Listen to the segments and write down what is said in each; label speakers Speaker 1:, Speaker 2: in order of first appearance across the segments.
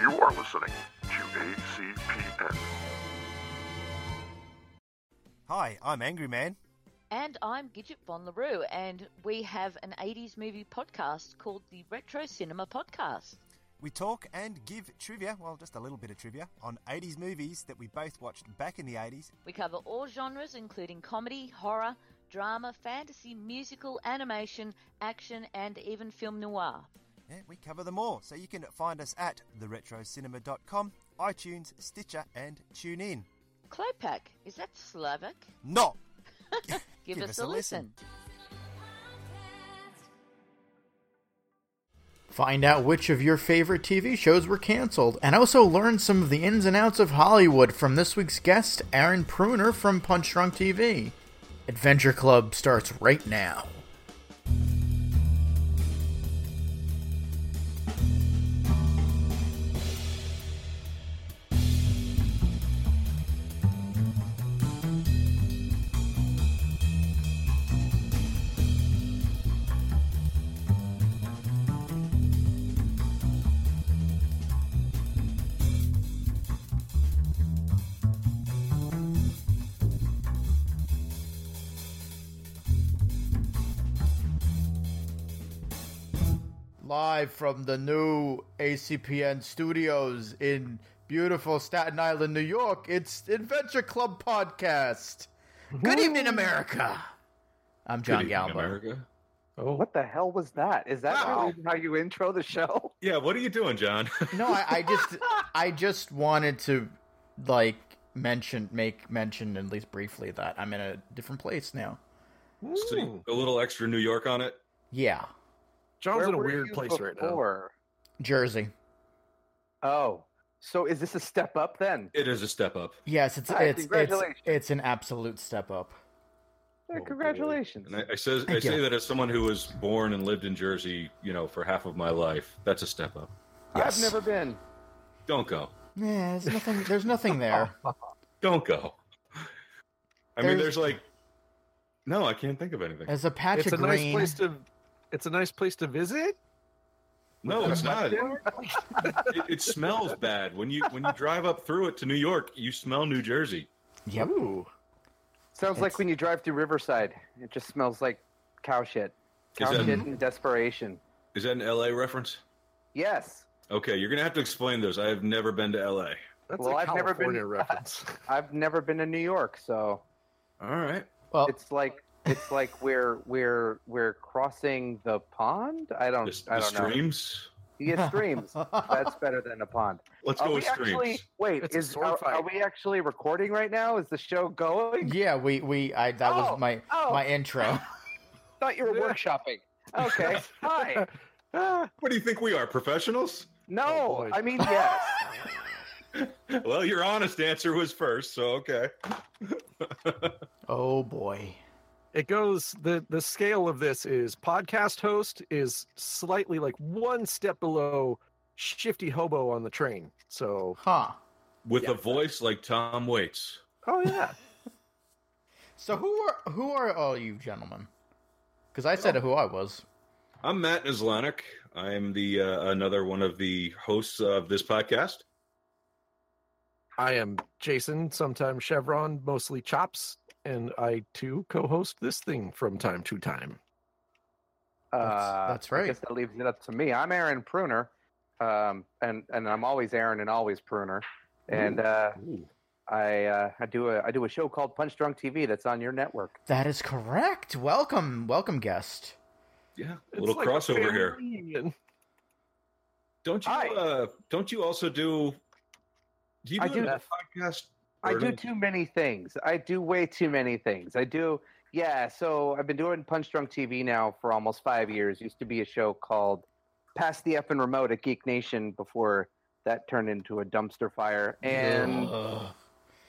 Speaker 1: You are listening to ACPN.
Speaker 2: Hi, I'm Angry Man.
Speaker 3: And I'm Gidget Von LaRue, and we have an 80s movie podcast called the Retro Cinema Podcast.
Speaker 2: We talk and give trivia, well, just a little bit of trivia, on 80s movies that we both watched back in the 80s.
Speaker 3: We cover all genres, including comedy, horror, drama, fantasy, musical, animation, action, and even film noir.
Speaker 2: Yeah, we cover them all. So you can find us at theretrocinema.com, iTunes, Stitcher, and TuneIn.
Speaker 3: Klopak, is that Slovak?
Speaker 2: No!
Speaker 3: Give, us, a listen.
Speaker 4: Find out which of your favorite TV shows were canceled, and also learn some of the ins and outs of Hollywood from this week's guest, Aaron Pruner from Punch Drunk TV. Adventure Club starts right now. Live from the new ACPN studios in beautiful Staten Island, New York, it's Adventure Club Podcast. Good evening, America. I'm John Galber.
Speaker 5: America.
Speaker 6: Oh,
Speaker 7: What the hell was that? Is that
Speaker 4: Wow.
Speaker 7: really how you intro the show?
Speaker 5: Yeah, what are you doing, John?
Speaker 4: No, I, I just I just wanted to like mention make mention at least briefly that I'm in a different place now.
Speaker 5: So you- a little extra New York on it.
Speaker 4: Yeah.
Speaker 6: John's
Speaker 7: Where
Speaker 6: in a
Speaker 7: were
Speaker 6: weird
Speaker 7: you
Speaker 6: place right now.
Speaker 7: before?
Speaker 4: Jersey.
Speaker 7: Oh, so is this a step up then?
Speaker 5: It is a step up.
Speaker 4: Yes, it's
Speaker 7: Hi,
Speaker 4: it's it's
Speaker 7: congratulations.
Speaker 4: it's an absolute step up.
Speaker 7: Yeah,
Speaker 5: Oh, boy.
Speaker 7: congratulations.
Speaker 5: And I, I says I
Speaker 4: Thank
Speaker 5: say
Speaker 4: you.
Speaker 5: that as someone who was born and lived in Jersey, you know, for half of my life. That's a step up.
Speaker 4: Yes.
Speaker 7: I've never been.
Speaker 5: Don't go.
Speaker 4: Yeah, there's nothing there's nothing there.
Speaker 5: Don't go. I mean,
Speaker 4: There's-
Speaker 5: there's like, no, I can't think of anything.
Speaker 4: There's a patch
Speaker 6: It's a
Speaker 4: of green.
Speaker 6: nice place to. It's a nice place to visit.
Speaker 5: No, it's not. It, it smells bad when you when you drive up through it to New York. You smell New Jersey.
Speaker 4: Yep.
Speaker 7: Sounds
Speaker 4: It's-
Speaker 7: like when you drive through Riverside, it just smells like cow shit. Cow
Speaker 5: that-
Speaker 7: shit and desperation.
Speaker 5: Is that an L.A. reference?
Speaker 7: Yes,
Speaker 5: Okay, you're gonna have to explain those. I have never been to L.A.
Speaker 6: That's
Speaker 7: Well,
Speaker 6: a
Speaker 7: I've never been-
Speaker 6: California reference.
Speaker 7: I've never been to New York, so
Speaker 5: All right.
Speaker 6: Oh.
Speaker 4: Well,
Speaker 7: it's like it's like we're we're we're crossing the pond. I don't.
Speaker 5: The,
Speaker 7: I
Speaker 5: the
Speaker 7: don't know.
Speaker 5: streams.
Speaker 7: Yeah, streams. That's better than a pond.
Speaker 5: Let's
Speaker 7: Are
Speaker 5: go
Speaker 7: Uh, we
Speaker 5: with streams.
Speaker 7: actually wait?
Speaker 6: It's a
Speaker 7: is
Speaker 6: sword
Speaker 7: are,
Speaker 6: fight.
Speaker 7: are we actually recording right now? Is the show going?
Speaker 4: yeah, we we I that
Speaker 7: Oh,
Speaker 4: was my
Speaker 7: oh.
Speaker 4: my intro.
Speaker 7: thought you were workshopping. Okay. Hi.
Speaker 6: Ah,
Speaker 5: What do you think we are, professionals?
Speaker 6: Oh,
Speaker 7: No,
Speaker 6: boy.
Speaker 7: I mean yes.
Speaker 5: Well, your honest answer was first, so okay.
Speaker 4: Oh boy.
Speaker 6: it goes the the scale of this is podcast host is slightly like one step below shifty hobo on the train. So
Speaker 4: Huh.
Speaker 5: With a voice like Tom Waits.
Speaker 6: oh yeah,
Speaker 4: So who are who are all you gentlemen? Because I said who I was.
Speaker 5: I'm Matt Islanic. I'm the uh, another one of the hosts of this podcast.
Speaker 6: I am Jason, sometimes Chevron, mostly Chops, and I too co-host this thing from time to time.
Speaker 4: That's-
Speaker 7: Uh,
Speaker 4: that's
Speaker 7: I
Speaker 4: right.
Speaker 7: guess that leaves it up to me. I'm Aaron Pruner, um, and and I'm always Aaron and always Pruner, and uh, I uh, I do a I do a show called Punch Drunk TV that's on your network.
Speaker 4: That is correct. Welcome, welcome guest.
Speaker 5: Yeah, a
Speaker 6: It's
Speaker 5: little
Speaker 6: like a
Speaker 5: crossover
Speaker 6: family
Speaker 5: here.
Speaker 6: reunion.
Speaker 5: Don't you?
Speaker 7: Hi.
Speaker 5: Uh, don't you also do? Do you do,
Speaker 7: I do
Speaker 5: another
Speaker 7: that.
Speaker 5: podcast?
Speaker 7: I
Speaker 5: Or
Speaker 7: do too many things. I do way too many things. I do. Yeah, so I've been doing Punch Drunk TV now for almost five years. Used to be a show called Pass the F and Remote at Geek Nation before that turned into a dumpster fire. And
Speaker 4: Ugh.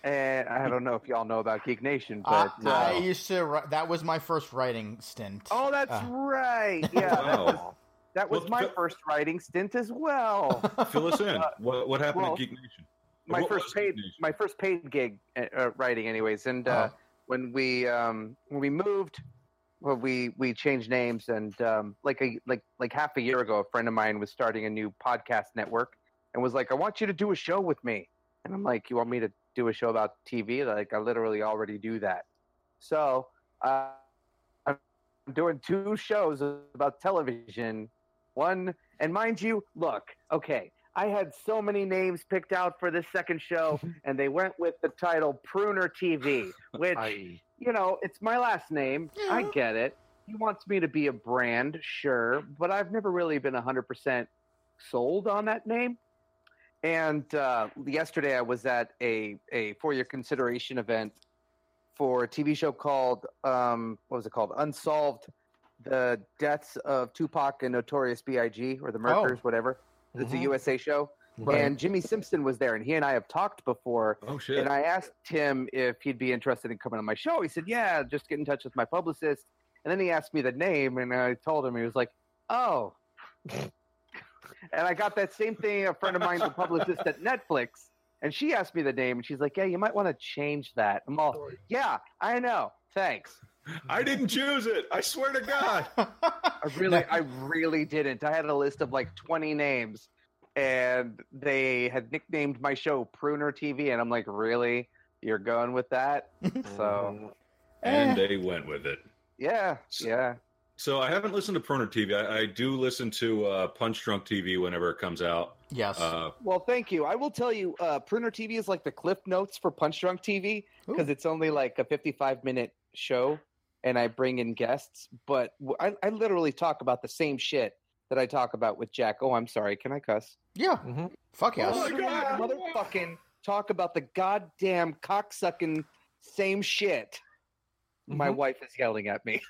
Speaker 7: and I don't know if y'all know about Geek Nation,
Speaker 4: I,
Speaker 7: but
Speaker 4: Ah, I
Speaker 7: uh,
Speaker 4: used to. wri- That was my first writing stint.
Speaker 7: oh, that's
Speaker 4: Uh.
Speaker 7: right. Yeah, that was,
Speaker 5: Wow.
Speaker 7: that was
Speaker 5: Well,
Speaker 7: my
Speaker 5: the-
Speaker 7: first writing stint as well.
Speaker 5: Fill us in. What, what happened
Speaker 7: well,
Speaker 5: at Geek Nation?
Speaker 7: my
Speaker 5: What
Speaker 7: first
Speaker 5: was Geek
Speaker 7: paid
Speaker 5: Nation?
Speaker 7: my first paid gig uh, uh, writing anyways and uh,
Speaker 5: Uh-huh.
Speaker 7: when we um when we moved well we we changed names and um like a like like half a year ago a friend of mine was starting a new podcast network and was like, I want you to do a show with me. And I'm like, You want me to do a show about TV? Like, I literally already do that. So uh, I'm doing two shows about television. One, and mind you, look, okay, I had so many names picked out for this second show, and they went with the title Pruner TV, which
Speaker 6: I,
Speaker 7: you know, it's my last name. I
Speaker 4: Yeah.
Speaker 7: get it. He wants me to be a brand, sure, but I've never really been 100% sold on that name. And uh, yesterday I was at a, a for your consideration event for a TV show called, um, what was it called? Unsolved The Deaths of Tupac and Notorious B.I.G. or The Murkers, whatever. It's a
Speaker 6: Mhm.
Speaker 7: USA show. And Jimmy Simpson was there, and he and I have talked before.
Speaker 5: Oh shit!
Speaker 7: And I asked him if he'd be interested in coming on my show. He said, "Yeah, just get in touch with my publicist." And then he asked me the name, and I told him. He was like, "Oh." and I got that same thing. A friend of mine's a publicist at Netflix, and she asked me the name, and she's like, "Yeah, you might want to change that." I'm all, "Yeah, I know. Thanks.
Speaker 5: I didn't choose it. I swear to God.
Speaker 7: I really, I really didn't. I had a list of like 20 names, and they had nicknamed my show Pruner TV, and I'm like, "Really? You're going with that?" so. Eh.
Speaker 5: And they went with it.
Speaker 7: Yeah,
Speaker 5: So-
Speaker 7: yeah.
Speaker 5: So I haven't listened to Proner TV. I, I do listen to uh, Punch Drunk TV whenever it comes out.
Speaker 4: yes.
Speaker 5: Uh,
Speaker 7: Well, thank you. I will tell you, uh, Pruner TV is like the Cliff Notes for Punch Drunk TV because it's only like a 55 minute show and I bring in guests. But w- I, I literally talk about the same shit that I talk about with Jack. Oh, I'm sorry. Can I cuss?
Speaker 4: yeah.
Speaker 7: Mm-hmm.
Speaker 6: Mhm.
Speaker 4: Fuck yes.
Speaker 5: Oh my God.
Speaker 7: Motherfucking talk about the goddamn cocksucking same shit. My
Speaker 6: Mhm.
Speaker 7: wife is yelling at me.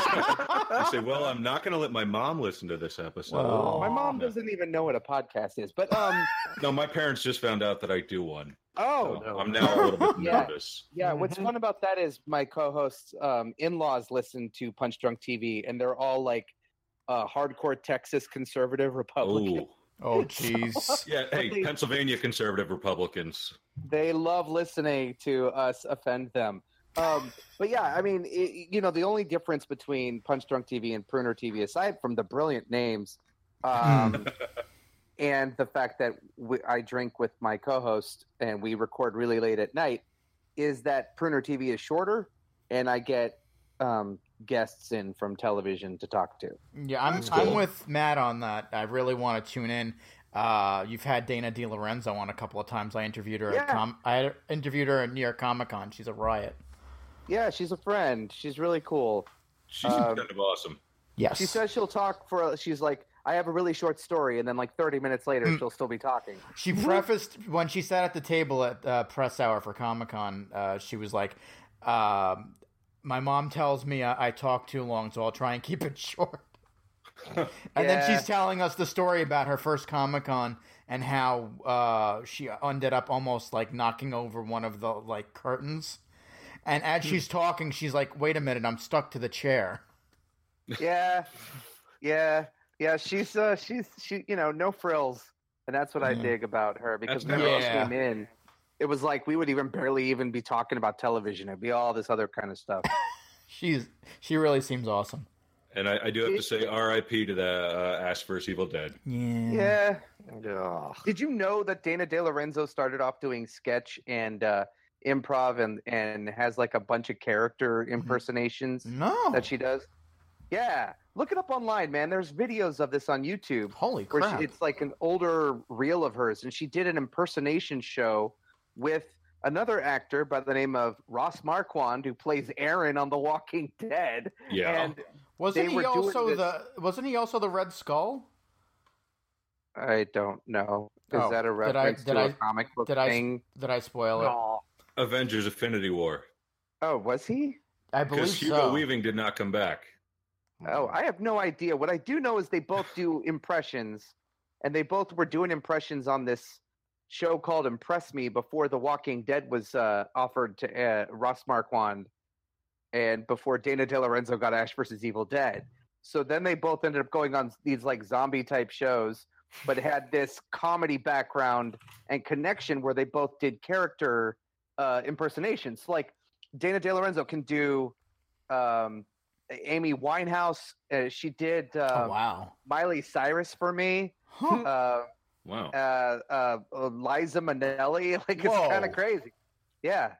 Speaker 5: I say, well, I'm not going to let my mom listen to this episode.
Speaker 4: Well.
Speaker 7: My mom
Speaker 5: no.
Speaker 7: doesn't even know what a podcast is. But, um,
Speaker 5: No, my parents just found out that I do one.
Speaker 7: oh,
Speaker 5: So
Speaker 6: no.
Speaker 5: I'm now a little bit
Speaker 7: Yeah.
Speaker 5: nervous.
Speaker 7: Yeah, what's
Speaker 6: Mhm.
Speaker 7: fun about that is my co-hosts' um, in-laws listen to Punch Drunk TV, and they're all like uh, hardcore Texas conservative Republican.
Speaker 5: Oh,
Speaker 4: Oh jeez.
Speaker 5: yeah. Hey,
Speaker 7: Please.
Speaker 5: Pennsylvania conservative Republicans.
Speaker 7: They love listening to us offend them. Um, but yeah, I mean, it, you know, the only difference between Punch Drunk TV and Pruner TV, aside from the brilliant names, um, and the fact that we, I drink with my co-host and we record really late at night, is that Pruner TV is shorter, and I get um, guests in from television to talk to.
Speaker 4: Yeah, I'm
Speaker 5: That's
Speaker 4: I'm
Speaker 5: cool.
Speaker 4: with Matt on that. I really want to tune in. Uh, you've had Dana Di Lorenzo on a couple of times. I interviewed her. At
Speaker 7: Yeah.
Speaker 4: com- I interviewed her at New York Comic Con. She's a riot.
Speaker 7: Yeah, she's a friend. She's really cool.
Speaker 5: She's
Speaker 7: Um,
Speaker 5: kind of awesome.
Speaker 4: Yes.
Speaker 7: She says she'll talk for. She's like, I have a really short story, and then like 30 minutes later,
Speaker 4: Mm.
Speaker 7: she'll still be talking.
Speaker 4: She prefaced when she sat at the table at uh, press hour for Comic Con. Uh, she was like, um, "My mom tells me I, I talk too long, so I'll try and keep it short." and then
Speaker 7: Yeah.
Speaker 4: she's telling us the story about her first Comic Con and how uh, she ended up almost like knocking over one of the like curtains. And as she's talking, she's like, "Wait a minute, I'm stuck to the chair."
Speaker 7: Yeah, yeah, yeah. She's uh, she's she. You know, no frills, and that's what I
Speaker 4: Yeah.
Speaker 7: dig about her because
Speaker 5: That's
Speaker 7: whenever she
Speaker 4: Mm. nice.
Speaker 7: came in, it was like we would even barely even be talking about television. It'd be all this other kind of stuff.
Speaker 4: She's she really seems awesome.
Speaker 5: And I, I do have to say R.I.P. to the uh, Ash vs. Evil Dead.
Speaker 4: Yeah.
Speaker 7: yeah. uh,
Speaker 6: yeah.
Speaker 7: Did you know that Dana De Lorenzo started off doing sketch and uh, improv and and has like a bunch of character
Speaker 4: Mm-hmm.
Speaker 7: impersonations?
Speaker 4: No.
Speaker 7: that she does. Yeah, look it up online, man. There's videos of this on YouTube
Speaker 4: Holy
Speaker 7: where
Speaker 4: crap.
Speaker 7: she, it's like an older reel of hers, and she did an impersonation show with another actor by the name of Ross Marquand, who plays Aaron on The Walking Dead.
Speaker 5: Yeah.
Speaker 7: And
Speaker 4: Wasn't
Speaker 7: They
Speaker 4: he
Speaker 7: were doing
Speaker 4: also
Speaker 7: this-
Speaker 4: the wasn't he also the Red Skull?
Speaker 7: I don't know. Is
Speaker 4: Oh,
Speaker 7: that
Speaker 4: did
Speaker 7: a
Speaker 4: I-
Speaker 7: reference
Speaker 4: did
Speaker 7: to a
Speaker 4: I-
Speaker 7: comic book
Speaker 4: did I-
Speaker 7: thing?
Speaker 4: Did I spoil it?
Speaker 7: No.
Speaker 5: Avengers Affinity War.
Speaker 7: Oh, was he?
Speaker 4: I believe
Speaker 5: Because Hugo
Speaker 4: so.
Speaker 5: Weaving did not come back.
Speaker 7: Oh,
Speaker 6: Mm-hmm.
Speaker 7: I have no idea. What I do know is they both do impressions, and they both were doing impressions on this show called Impress Me before The Walking Dead was uh, offered to uh, Ross Marquand, and before Dana De Lorenzo got Ash versus Evil Dead. So then they both ended up going on these like zombie type shows, but had this comedy background and connection where they both did character uh, impersonations. Like Dana De Lorenzo can do um, Amy Winehouse. Uh, she did uh,
Speaker 4: oh wow.
Speaker 7: Miley Cyrus for me.
Speaker 4: Huh.
Speaker 7: Uh,
Speaker 5: Wow.
Speaker 7: uh, uh, Liza Minnelli. Like it's
Speaker 4: Whoa.
Speaker 7: kind of crazy. Yeah,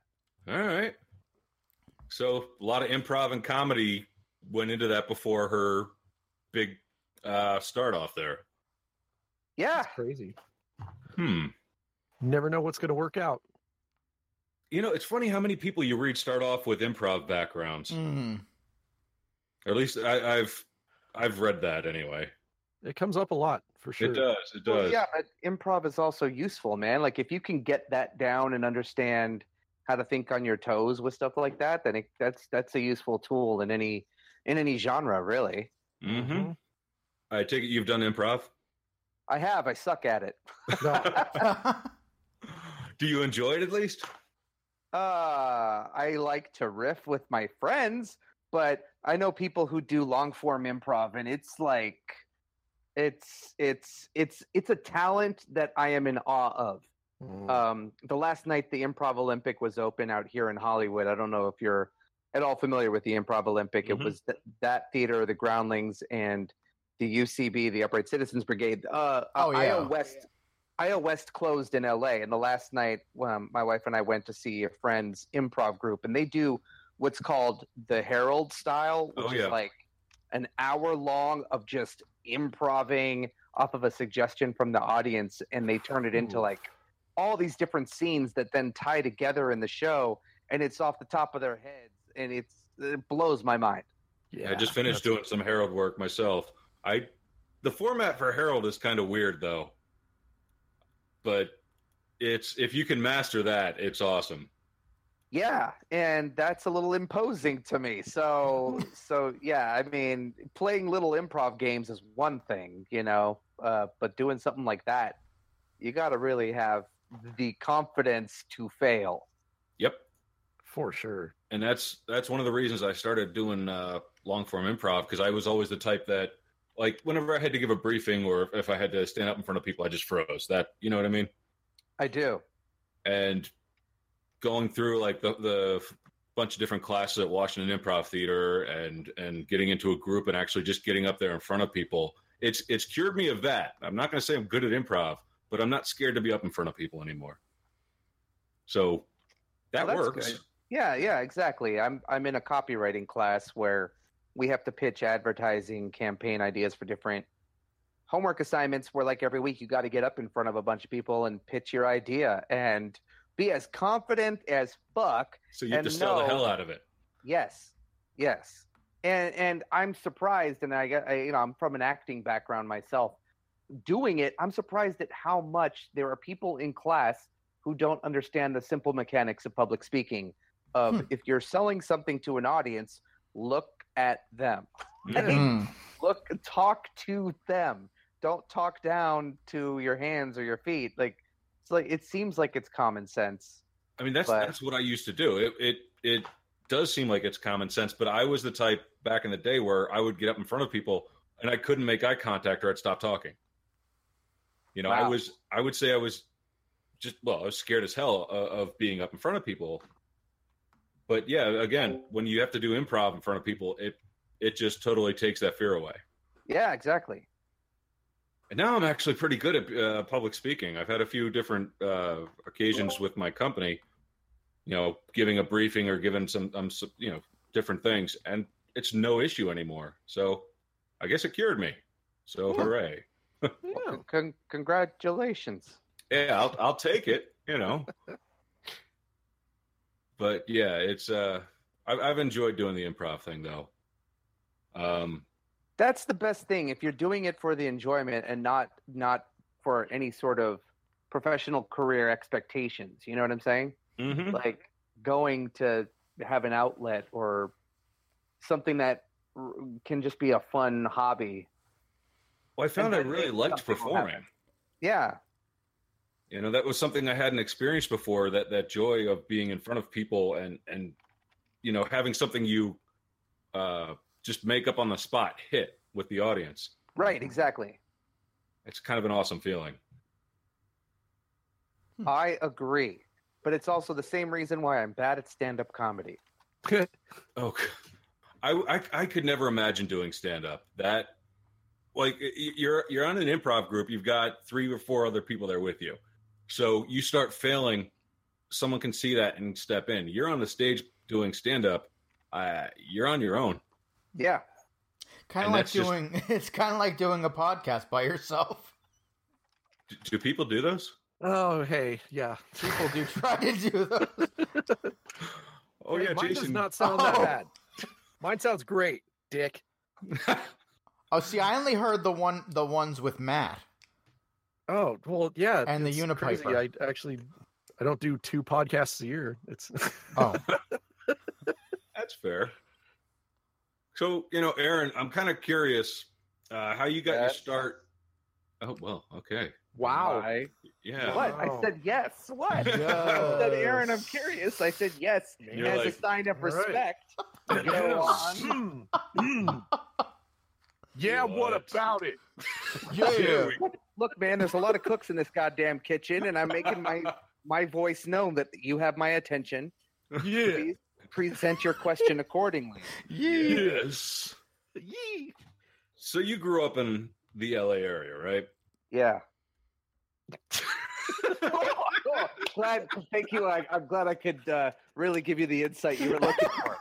Speaker 5: All right. So a lot of improv and comedy went into that before her big uh, start off there.
Speaker 7: yeah.
Speaker 6: That's crazy.
Speaker 5: Hmm.
Speaker 6: Never know what's going to work out.
Speaker 5: You know, it's funny how many people you read start off with improv backgrounds,
Speaker 4: Mm.
Speaker 5: or at least I, I've I've read that anyway.
Speaker 6: It comes up a lot for sure.
Speaker 5: It does. It does.
Speaker 7: Well, yeah, but improv is also useful, man. Like if you can get that down and understand how to think on your toes with stuff like that, then it, that's that's a useful tool in any in any genre, really.
Speaker 6: Mm-hmm.
Speaker 5: hmm I take it you've done improv.
Speaker 7: I have. I suck at it.
Speaker 5: Do you enjoy it at least?
Speaker 7: Uh, I like to riff with my friends, but I know people who do long form improv, and it's like, it's it's it's it's a talent that I am in awe of.
Speaker 6: Mhm.
Speaker 7: Um, the last night the Improv Olympic was open out here in Hollywood. I don't know if you're at all familiar with the Improv Olympic.
Speaker 5: Mhm.
Speaker 7: It was th- that theater, the Groundlings, and the UCB, the Upright Citizens Brigade. Uh,
Speaker 4: Oh, yeah.
Speaker 7: IO West. IO West closed in LA, and the last night um, my wife and I went to see a friend's improv group, and they do what's called the Herald style, which
Speaker 5: Oh, yeah.
Speaker 7: is like an hour long of just improving off of a suggestion from the audience, and they turn it into
Speaker 6: Ooh.
Speaker 7: like all these different scenes that then tie together in the show, and it's off the top of their heads, and it's it blows my mind.
Speaker 6: yeah,
Speaker 5: I just finished doing some Herald work myself. I the format for Herald is kind of weird though. But it's if you can master that, it's awesome.
Speaker 7: Yeah, and that's a little imposing to me. So, so yeah, I mean, playing little improv games is one thing, you know, uh, but doing something like that, you got to really have the confidence to fail.
Speaker 5: Yep.
Speaker 6: for sure.
Speaker 5: And that's that's one of the reasons I started doing uh long form improv because I was always the type that like whenever I had to give a briefing or if I had to stand up in front of people, I just froze. That you know what I mean?
Speaker 7: I do.
Speaker 5: and going through like the the bunch of different classes at Washington Improv Theater and and getting into a group and actually just getting up there in front of people. It's it's cured me of that. I'm not going to say I'm good at improv, but I'm not scared to be up in front of people anymore. So that
Speaker 7: Well, that's
Speaker 5: works.
Speaker 7: good. Yeah, yeah, exactly. I'm I'm in a copywriting class where we have to pitch advertising campaign ideas for different homework assignments where like every week you got to get up in front of a bunch of people and pitch your idea and be as confident as fuck.
Speaker 5: So you have to
Speaker 7: And
Speaker 5: sell the
Speaker 7: no-
Speaker 5: hell out of it.
Speaker 7: Yes. Yes. And and I'm surprised and I got I, you know I'm from an acting background myself. Doing it, I'm surprised at how much there are people in class who don't understand the simple mechanics of public speaking. Of
Speaker 4: Hmm.
Speaker 7: if you're selling something to an audience, look at them.
Speaker 4: Mm.
Speaker 7: Look, talk to them. Don't talk down to your hands or your feet. Like it's like it seems like it's common sense.
Speaker 5: I mean, that's
Speaker 7: But-
Speaker 5: that's what I used to do. It it it does seem like it's common sense, but I was the type back in the day where I would get up in front of people and I couldn't make eye contact or I'd stop talking. You know, I
Speaker 7: Wow.
Speaker 5: was I would say I was just well, I was scared as hell of, of being up in front of people. But yeah, again, when you have to do improv in front of people, it it just totally takes that fear away.
Speaker 7: Yeah, exactly.
Speaker 5: And now I'm actually pretty good at uh, public speaking. I've had a few different uh, occasions with my company, you know, giving a briefing or giving some, um, s you know, different things, and it's no issue anymore. So I guess it cured me. So hooray!
Speaker 6: Yeah.
Speaker 7: Con- con- congratulations.
Speaker 5: Yeah, I'll I'll take it. You know. but yeah, it's uh, I've, I've enjoyed doing the improv thing though. Um,
Speaker 7: that's the best thing if you're doing it for the enjoyment and not not for any sort of professional career expectations you know what i'm saying
Speaker 5: mhm.
Speaker 7: like going to have an outlet or something that r- can just be a fun hobby
Speaker 5: Well, I found I
Speaker 7: then
Speaker 5: really liked
Speaker 7: something will
Speaker 5: performing.
Speaker 7: yeah
Speaker 5: you know that was something i hadn't experienced before that that joy of being in front of people and and you know having something you uh just make up on the spot hit with the audience
Speaker 7: right exactly
Speaker 5: it's kind of an awesome feeling
Speaker 7: i agree but it's also the same reason why i'm bad at stand-up comedy
Speaker 5: oh God. I, I i could never imagine doing stand up that like y- you're you're on an improv group you've got three or four other people there with you so you start failing someone can see that and step in you're on the stage doing stand up uh, you're on your own
Speaker 7: Yeah.
Speaker 4: Kind of
Speaker 5: And
Speaker 4: like
Speaker 5: that's just-
Speaker 4: doing. It's kind of like doing a podcast by yourself.
Speaker 5: do, do people do those
Speaker 6: Oh, hey, yeah.
Speaker 4: People do try to do those.
Speaker 5: oh
Speaker 6: Hey,
Speaker 5: yeah
Speaker 6: mine does
Speaker 5: jason
Speaker 6: not sound that
Speaker 4: Oh.
Speaker 6: bad. Mine sounds great, Dick.
Speaker 4: Oh, see, I only heard the one, the ones with Matt.
Speaker 6: Oh well, yeah.
Speaker 4: And the
Speaker 6: it's
Speaker 4: Unipiper.
Speaker 6: crazy. I actually, I don't do two podcasts a year. It's
Speaker 4: Oh,
Speaker 5: That's fair. So, you know, Aaron, I'm kind of curious uh, how you got your
Speaker 7: Yes.
Speaker 5: start. Oh, well, okay.
Speaker 7: Why?
Speaker 5: Yeah.
Speaker 7: What? I
Speaker 6: Wow.
Speaker 7: said yes. What?
Speaker 5: Yes.
Speaker 7: I said, Aaron, I'm curious. I said yes.
Speaker 5: You're
Speaker 7: as
Speaker 5: like,
Speaker 7: a sign of
Speaker 6: "All right."
Speaker 7: respect. Go
Speaker 5: Yes.
Speaker 7: on.
Speaker 6: Mm, mm. yeah. What
Speaker 5: What?
Speaker 6: about it?
Speaker 5: There
Speaker 4: yeah.
Speaker 5: we-
Speaker 7: Look, man, there's a lot of cooks in this goddamn kitchen, and I'm making my my voice known that you have my attention.
Speaker 6: Yeah.
Speaker 7: Please present your question accordingly.
Speaker 4: yeah.
Speaker 5: yes.
Speaker 6: Yee.
Speaker 5: So you grew up in the LA area, right?
Speaker 7: Yeah. Cool. glad. Thank you. I, I'm glad I could uh, really give you the insight you were looking for.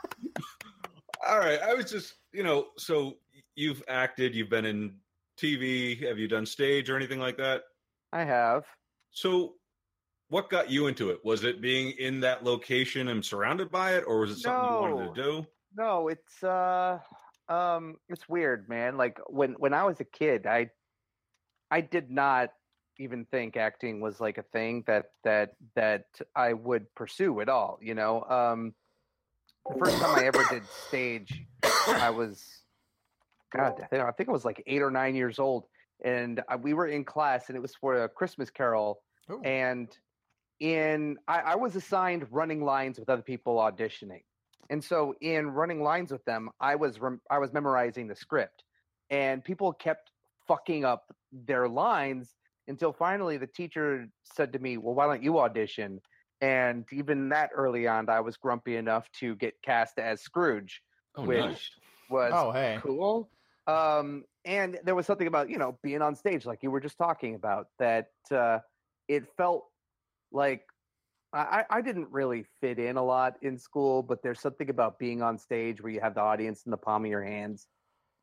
Speaker 5: All right. I was just, you know, so you've acted, you've been in TV, have you done stage or anything like that?
Speaker 7: I have.
Speaker 5: So what got you into it? Was it being in that location and surrounded by it, or was it something you wanted to do?
Speaker 7: No, it's uh um it's weird, man. Like when when I was a kid, I I did not even think acting was like a thing that that that I would pursue at all, you know. Um the first time I ever did stage, I was god, I think, I think I was like 8 or 9 years old and I, we were in class and it was for a Christmas carol
Speaker 4: Ooh.
Speaker 7: and in I, I was assigned running lines with other people auditioning and so in running lines with them i was rem- i was memorizing the script and people kept fucking up their lines until finally the teacher said to me well why don't you audition and even that early on i was grumpy enough to get cast as scrooge
Speaker 5: Oh,
Speaker 7: Which-
Speaker 5: nice.
Speaker 7: was
Speaker 4: Oh, hey.
Speaker 7: cool. Um, and there was something about you know being on stage, like you were just talking about, that uh, it felt like I, I I didn't really fit in a lot in school, but there's something about being on stage where you have the audience in the palm of your hands,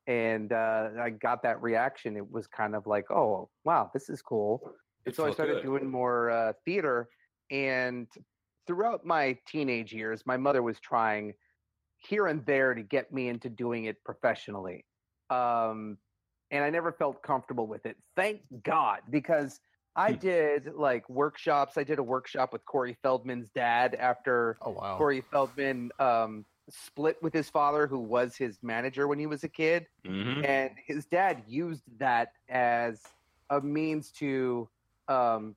Speaker 7: and uh, I got that reaction. It was kind of like, oh wow, this is cool. And
Speaker 5: It
Speaker 7: so I
Speaker 5: felt
Speaker 7: started
Speaker 5: good.
Speaker 7: doing more uh, theater, and throughout my teenage years, my mother was trying here and there to get me into doing it professionally. Um, and I never felt comfortable with it. Thank God, because I
Speaker 5: Hmm.
Speaker 7: did like workshops. I did a workshop with Corey Feldman's dad after
Speaker 4: Oh wow.
Speaker 7: Corey Feldman um, split with his father, who was his manager when he was a kid
Speaker 5: Mhm.
Speaker 7: and his dad used that as a means to um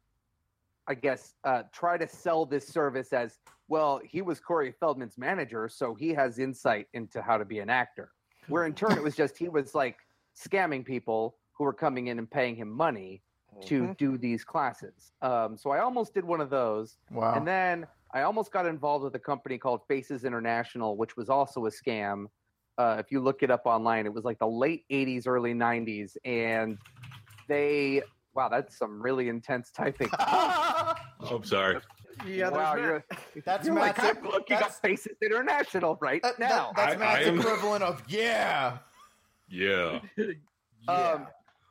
Speaker 7: i guess uh try to sell this service as well he was corey feldman's manager so he has insight into how to be an actor where in turn it was just he was like scamming people who were coming in and paying him money to do these classes um so i almost did one of those
Speaker 4: Wow.
Speaker 7: and then I almost got involved with a company called Faces International, which was also a scam. Uh, if you look it up online, it was like the late 80s, early 90s. And they, wow, that's some really intense typing.
Speaker 5: Oh, sorry.
Speaker 6: Yeah.
Speaker 7: wow,
Speaker 6: there's
Speaker 7: you're,
Speaker 4: That's
Speaker 7: you're like,
Speaker 4: massive.
Speaker 7: I'm looking up
Speaker 4: That's- uh,
Speaker 7: Faces International right
Speaker 4: That- that-
Speaker 7: now.
Speaker 4: that's
Speaker 5: I-
Speaker 4: Matt's
Speaker 5: I am-
Speaker 4: equivalent of yeah.
Speaker 5: Yeah.
Speaker 7: Um,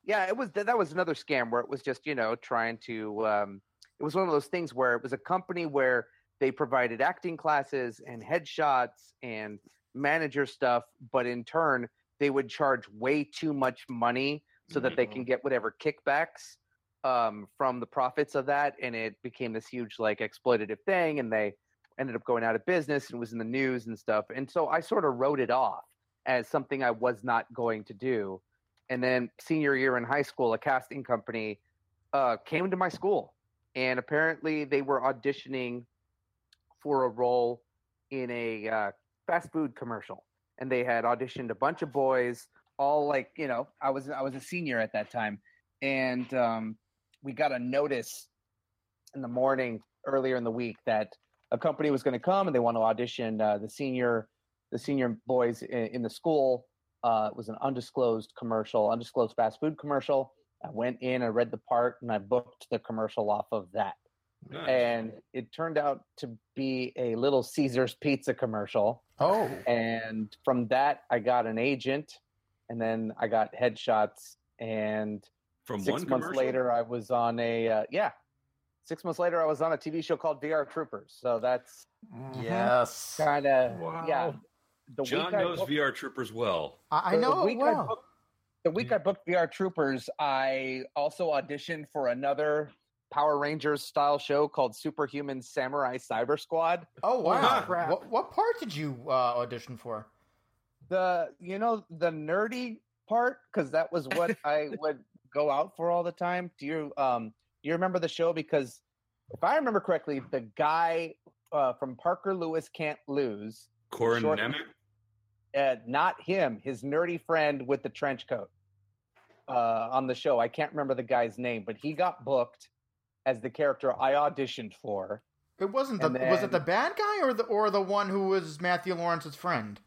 Speaker 7: yeah, it was that was another scam where it was just you know trying to. Um, it was one of those things where it was a company where they provided acting classes and headshots and manager stuff, but in turn they would charge way too much money so that they can get whatever kickbacks um, from the profits of that, and it became this huge like exploitative thing, and they ended up going out of business and was in the news and stuff, and so I sort of wrote it off as something I was not going to do and then senior year in high school, a casting company uh, came to my school, and apparently they were auditioning for a role in a uh, fast food commercial, and they had auditioned a bunch of boys, all like you know, I was I was a senior at that time, and um, we got a notice in the morning earlier in the week that a company was going to come and they want to audition uh, the senior the senior boys in, in the school Uh, it was an undisclosed commercial, undisclosed fast food commercial. I went in, I read the part, and I booked the commercial off of that.
Speaker 5: Nice.
Speaker 7: And it turned out to be a Little Caesars pizza commercial.
Speaker 4: Oh.
Speaker 7: And from that, I got an agent, and then I got headshots. And
Speaker 5: From
Speaker 7: six
Speaker 5: one
Speaker 7: months
Speaker 5: commercial?
Speaker 7: later, I was on a uh, yeah. Six months later, I was on a TV show called VR Troopers. So that's
Speaker 6: Mm-hmm.
Speaker 4: Yes.
Speaker 7: kind of yeah.
Speaker 6: Wow.
Speaker 7: The
Speaker 5: John
Speaker 7: week I
Speaker 5: knows
Speaker 7: booked-
Speaker 5: VR troopers well.
Speaker 4: I, I
Speaker 7: the
Speaker 4: know it
Speaker 7: week I
Speaker 4: well.
Speaker 7: booked- the week I booked VR Troopers, I also auditioned for another Power Rangers style show called Superhuman Samurai Cyber Squad.
Speaker 4: Oh wow!
Speaker 6: crap.
Speaker 4: What, what part did you uh, audition for?
Speaker 7: the you know the nerdy part because that was what I would go out for all the time. Do you um you remember the show? Because if I remember correctly, the guy uh, from Parker Lewis can't lose.
Speaker 5: Corin
Speaker 7: Short-
Speaker 5: Nemec?
Speaker 7: Uh, not him, his nerdy friend with the trench coat uh, on the show. I can't remember the guy's name, but he got booked as the character I auditioned for.
Speaker 4: It wasn't the
Speaker 7: And
Speaker 4: was it the
Speaker 7: then-
Speaker 4: bad guy or the or the one who was Matthew Lawrence's friend?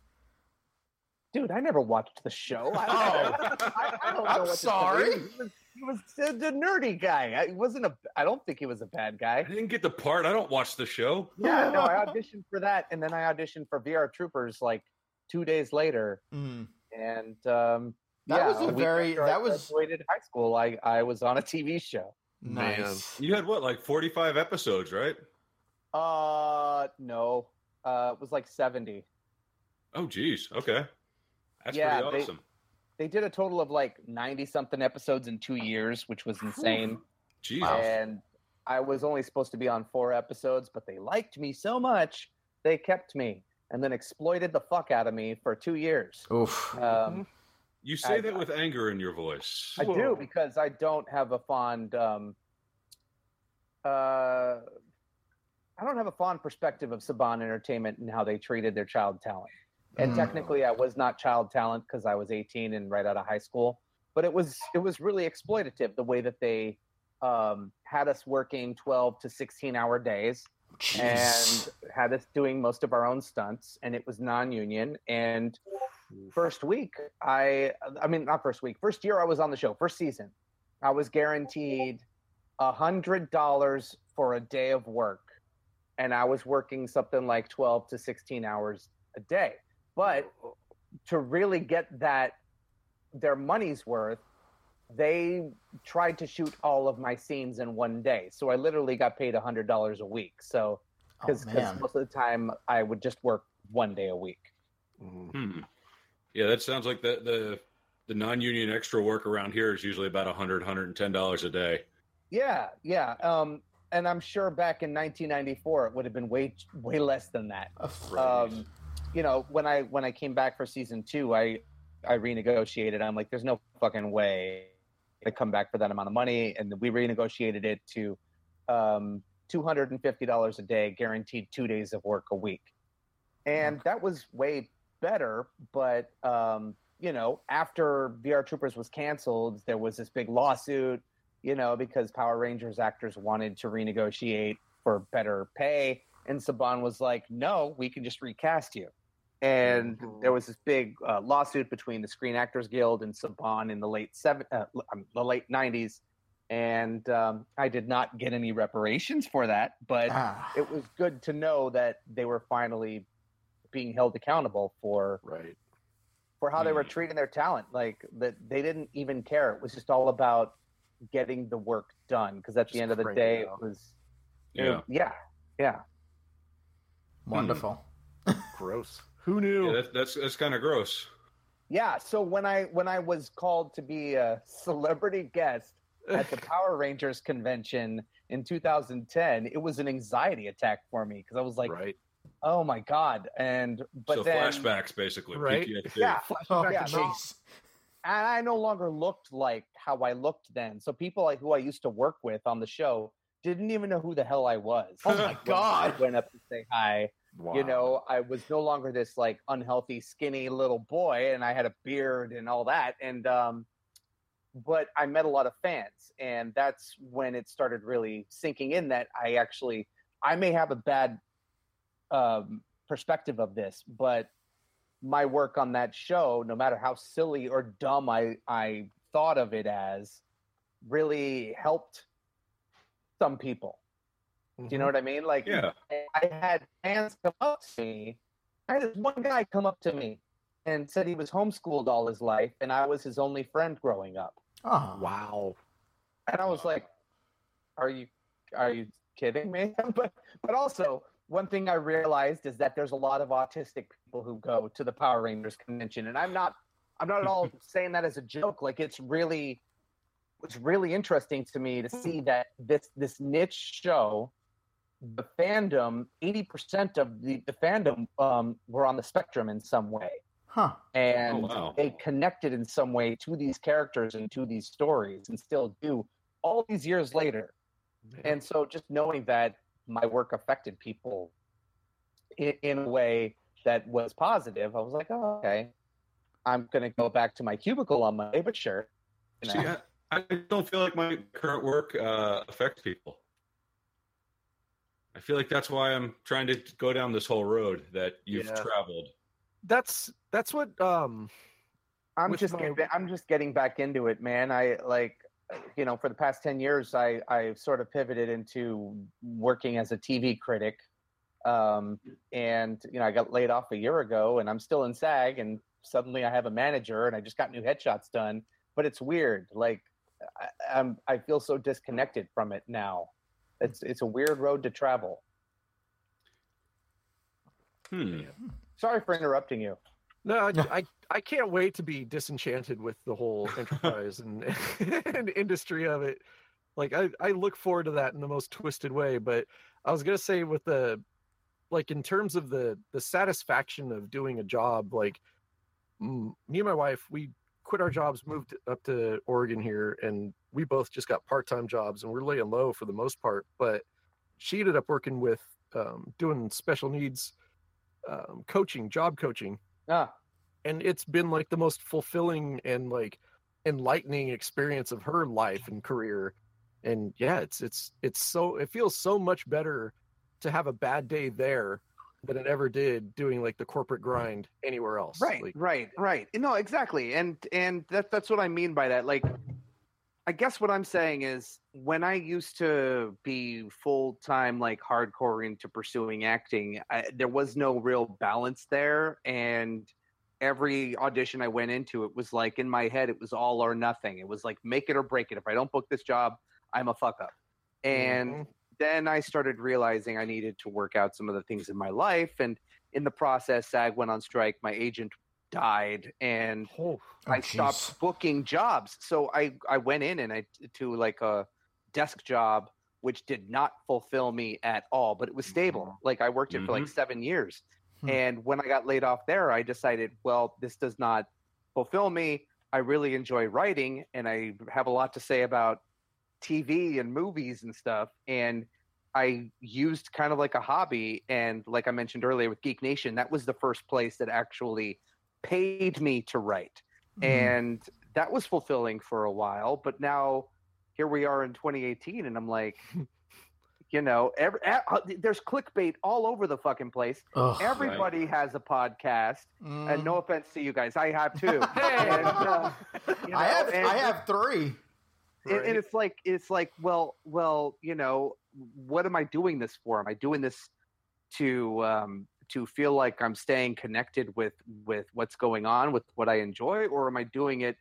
Speaker 7: Dude, I never watched the show. I, I, I don't know.
Speaker 4: Oh. I'm
Speaker 7: what to tell
Speaker 4: sorry.
Speaker 7: you. He was, he was the, the nerdy guy. I he wasn't a. I don't think he was a bad guy.
Speaker 5: I didn't get the part. I don't watch the show.
Speaker 7: Yeah, no. I auditioned for that, and then I auditioned for VR Troopers like two days later,
Speaker 4: Mm.
Speaker 7: and um,
Speaker 4: That
Speaker 7: yeah,
Speaker 4: was a
Speaker 7: week
Speaker 4: very-
Speaker 7: after I
Speaker 4: that was-
Speaker 7: graduated high school. I I was on a TV show.
Speaker 6: Man.
Speaker 4: Nice.
Speaker 5: You had what, like 45 episodes, right?
Speaker 7: Uh, no. Uh, it was like seventy.
Speaker 5: Oh, geez. Okay. That's
Speaker 7: Yeah,
Speaker 5: pretty
Speaker 7: they-
Speaker 5: awesome.
Speaker 7: They did a total of like ninety something episodes in two years, which was insane.
Speaker 5: Jesus.
Speaker 7: and I was only supposed to be on four episodes, but they liked me so much they kept me and then exploited the fuck out of me for two years.
Speaker 4: Oof.
Speaker 7: Um,
Speaker 5: You say
Speaker 7: I-
Speaker 5: that with anger in your voice.
Speaker 7: I
Speaker 6: Whoa.
Speaker 7: do because I don't have a fond. Um, uh, I don't have a fond perspective of Saban Entertainment and how they treated their child talent. And
Speaker 4: Mm.
Speaker 7: technically, I was not child talent because I was 18 and right out of high school. But it was it was really exploitative the way that they um, had us working 12 to 16 hour days
Speaker 4: Jeez.
Speaker 7: and had us doing most of our own stunts and it was non-union and first week i i mean not first week first year i was on the show first season i was guaranteed a hundred dollars for a day of work and i was working something like 12 to 16 hours a day but to really get that their money's worth they tried to shoot all of my scenes in one day so i literally got paid a hundred dollars a week so because
Speaker 4: oh man.
Speaker 7: most of the time I would just work one day a week.
Speaker 6: Mm.
Speaker 5: Hmm. Yeah, that sounds like the the, the non union extra work around here is usually about 100 $110 a day.
Speaker 7: Yeah, yeah. Um, and I'm sure back in 1994 it would have been way way less than that. Um, you know, when I when I came back for season two, I I renegotiated. I'm like, there's no fucking way to come back for that amount of money, and we renegotiated it to um, $250 a day, guaranteed two days of work a week, and that was way better. But um, you know, after VR Troopers was canceled, there was this big lawsuit. You know, because Power Rangers actors wanted to renegotiate for better pay, and Saban was like, "No, we can just recast you." And there was this big uh, lawsuit between the Screen Actors Guild and Saban in the late seven, uh, l- um, the late nineties, and um, I did not get any reparations for that. But
Speaker 4: Ah.
Speaker 7: it was good to know that they were finally being held accountable for
Speaker 6: Right.
Speaker 7: for how they
Speaker 6: Hmm.
Speaker 7: were
Speaker 5: Mm.
Speaker 7: treating their talent. Like that, they didn't even care. It was just all about getting the work done. Because at
Speaker 6: Just
Speaker 7: the end of the
Speaker 6: crank it
Speaker 7: day,
Speaker 6: out.
Speaker 7: it was
Speaker 5: Yeah.
Speaker 7: yeah, yeah.
Speaker 4: Wonderful.
Speaker 6: Gross. Who
Speaker 5: yeah
Speaker 6: knew?
Speaker 5: that, that's that's kind of gross.
Speaker 7: Yeah, so when I when I was called to be a celebrity guest at the Power Rangers convention in 2010, it was an anxiety attack for me because I was like,
Speaker 6: right.
Speaker 7: "Oh my god!" And but
Speaker 5: so
Speaker 7: then
Speaker 5: flashbacks, basically.
Speaker 6: Right?
Speaker 5: PTSD.
Speaker 7: yeah,
Speaker 4: Oh
Speaker 7: Yeah, no.
Speaker 4: jeez.
Speaker 7: and I no longer looked like how I looked then. So people like who I used to work with on the show didn't even know who the hell I was.
Speaker 4: Oh my
Speaker 7: When
Speaker 4: God.
Speaker 7: I went up to say hi.
Speaker 6: Wow.
Speaker 7: You know, I was no longer this like unhealthy, skinny little boy, and I had a beard and all that. And um, but I met a lot of fans, and that's when it started really sinking in that I actually I may have a bad um, perspective of this, but my work on that show, no matter how silly or dumb I I thought of it as, really helped some people. Do you know what I mean? Like
Speaker 5: Yeah.
Speaker 7: I had fans come up to me. I had this one guy come up to me and said he was homeschooled all his life and I was his only friend growing up.
Speaker 4: Oh,
Speaker 7: Mm-hmm.
Speaker 6: Wow.
Speaker 7: And I was like, "Are you, are you kidding me?" but but also one thing I realized is that there's a lot of autistic people who go to the Power Rangers convention, and I'm not I'm not at all saying that as a joke. Like it's really it's really interesting to me to see that this this niche show the fandom 80% of the, the fandom um, were on the spectrum in some way
Speaker 4: Huh.
Speaker 7: and
Speaker 5: Oh, wow.
Speaker 7: they connected in some way to these characters and to these stories and still do all these years later and so just knowing that my work affected people in, in a way that was positive i was like oh, okay i'm going to go back to my cubicle on monday but sure you
Speaker 5: See,
Speaker 7: know.
Speaker 5: I, I don't feel like my current work uh, affects people. I feel like that's why I'm trying to go down this whole road that you've
Speaker 6: Yeah.
Speaker 5: traveled.
Speaker 6: That's that's what um
Speaker 7: I'm
Speaker 6: with
Speaker 7: just
Speaker 6: my-
Speaker 7: getting, I'm just getting back into it, man. I like uh, you know, for the past 10 years I I sort of pivoted into working as a TV critic. Um and you know, I got laid off a year ago and I'm still in SAG and suddenly I have a manager and I just got new headshots done, but it's weird. Like I, I'm I feel so disconnected from it now. It's it's a weird road to travel.
Speaker 5: Hmm.
Speaker 7: Sorry for interrupting you.
Speaker 6: no I, I I can't wait to be disenchanted with the whole enterprise and, and industry of it. Like I I look forward to that in the most twisted way, but I was going to say with the like in terms of the the satisfaction of doing a job like mm, me and my wife we quit our jobs moved up to oregon here and we both just got part-time jobs and we're laying low for the most part but she ended up working with um, doing special needs um, coaching job coaching
Speaker 7: Ah,
Speaker 6: and it's been like the most fulfilling and like enlightening experience of her life and career and yeah it's it's it's so it feels so much better to have a bad day there than it ever did doing like the corporate grind anywhere else
Speaker 7: right
Speaker 6: like,
Speaker 7: right right no exactly and and that that's what i mean by that like i guess what i'm saying is when i used to be full-time like hardcore into pursuing acting I, there was no real balance there and every audition i went into it was like in my head it was all or nothing it was like make it or break it if i don't book this job i'm a fuck up and
Speaker 6: Mhm.
Speaker 7: then I started realizing I needed to work out some of the things in my life. And in the process, SAG went on strike. My agent died, and
Speaker 6: oh,
Speaker 4: Oh,
Speaker 7: I
Speaker 4: jeez.
Speaker 7: stopped booking jobs. So I I went in and I to like a desk job, which did not fulfill me at all, but it was stable. Like I worked it for like seven years,
Speaker 4: Mm-hmm. Hmm.
Speaker 7: and when I got laid off there, I decided, well, this does not fulfill me. I really enjoy writing, and I have a lot to say about TV and movies and stuff, and. I used kind of like a hobby, and like I mentioned earlier with Geek Nation, that was the first place that actually paid me to write
Speaker 4: Mm.
Speaker 7: and that was fulfilling for a while but now here we are in 2018 and i'm like you know every, a- uh, there's clickbait all over the fucking place
Speaker 4: Ugh.
Speaker 7: everybody has a podcast
Speaker 4: Mm-hmm.
Speaker 7: and no offense to you guys i have too And, uh, you
Speaker 4: I
Speaker 7: know,
Speaker 4: have
Speaker 7: and-
Speaker 4: I have three.
Speaker 7: and, and it's like it's like well well you know what am i doing this for am i doing this to um to feel like i'm staying connected with with what's going on with what i enjoy or am i doing it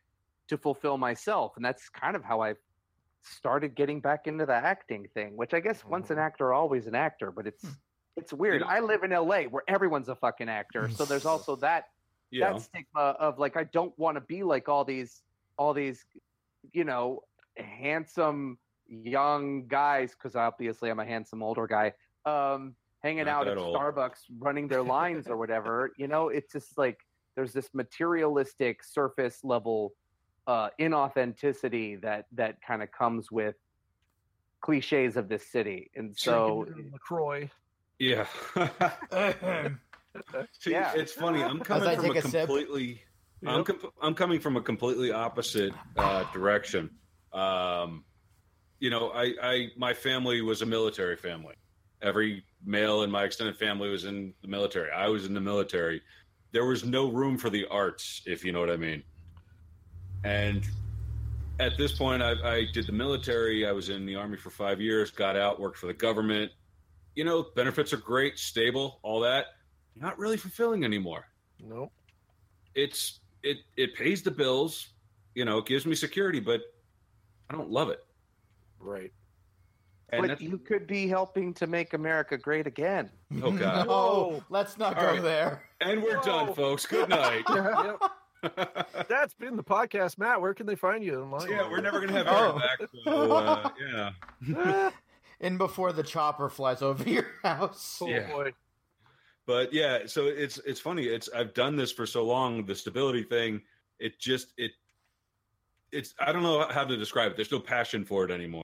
Speaker 7: to fulfill myself and that's kind of how i started getting back into the acting thing which i guess once an actor always an actor but it's it's weird
Speaker 5: know-
Speaker 7: i live in la where everyone's a fucking actor so there's also that
Speaker 5: Yeah.
Speaker 7: that stigma of like I don't want to be like all these all these you know handsome young guys because obviously I'm a handsome older guy um hanging
Speaker 5: Not
Speaker 7: out
Speaker 5: that
Speaker 7: at
Speaker 5: old.
Speaker 7: Starbucks running their lines or whatever you know it's just like there's this materialistic surface level uh inauthenticity that that kind of comes with cliches of this city and so
Speaker 6: Drinking LaCroix.
Speaker 5: Yeah. See,
Speaker 7: Yeah.
Speaker 5: it's funny. I'm coming
Speaker 4: I
Speaker 5: from
Speaker 4: take
Speaker 5: a
Speaker 4: a sip.
Speaker 5: completely. I'm, com- I'm coming from a completely opposite uh, direction. Um, you know, I, I my family was a military family. Every male in my extended family was in the military. I was in the military, there was no room for the arts, if you know what I mean. And at this point, I, I did the military. I was in the army for five years, got out, worked for the government. You know, benefits are great, stable, all that. Not really fulfilling anymore.
Speaker 6: Nope.
Speaker 5: It's it it pays the bills, you know, it gives me security, but I don't love it.
Speaker 6: Right.
Speaker 5: And
Speaker 7: but
Speaker 5: that's,
Speaker 7: you could be helping to make America great again.
Speaker 5: oh god.
Speaker 4: No, let's not
Speaker 5: All
Speaker 4: go
Speaker 5: right.
Speaker 4: there.
Speaker 5: And we're
Speaker 6: Whoa.
Speaker 5: done, folks. Good night.
Speaker 6: Yep. That's been the podcast, Matt. Where can they find you online?
Speaker 5: yeah, we're never gonna have
Speaker 4: Oh.
Speaker 5: Eric back. So, uh, yeah.
Speaker 4: In before the chopper flies over your house.
Speaker 6: Oh
Speaker 5: Yeah.
Speaker 6: boy.
Speaker 5: but yeah so it's it's funny it's i've done this for so long the stability thing it just it it's i don't know how to describe it there's no passion for it anymore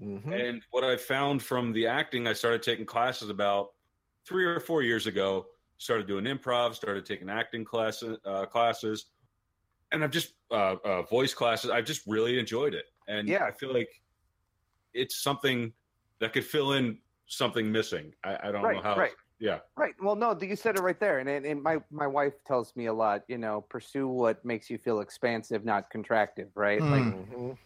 Speaker 7: Mm-hmm.
Speaker 6: Mhm.
Speaker 5: and what i found from the acting i started taking classes about three or four years ago started doing improv started taking acting classes uh, classes and i've just uh, uh, voice classes i've just really enjoyed it and
Speaker 7: Yeah.
Speaker 5: i feel like it's something that could fill in something missing i, I don't know
Speaker 7: Right,
Speaker 5: how
Speaker 7: right.
Speaker 5: yeah
Speaker 7: Right. Well, no, you said it right there, and, and, and my my wife tells me a lot. You know, pursue what makes you feel expansive, not contractive. Right.
Speaker 4: Hmm.
Speaker 7: Like
Speaker 6: Mhm.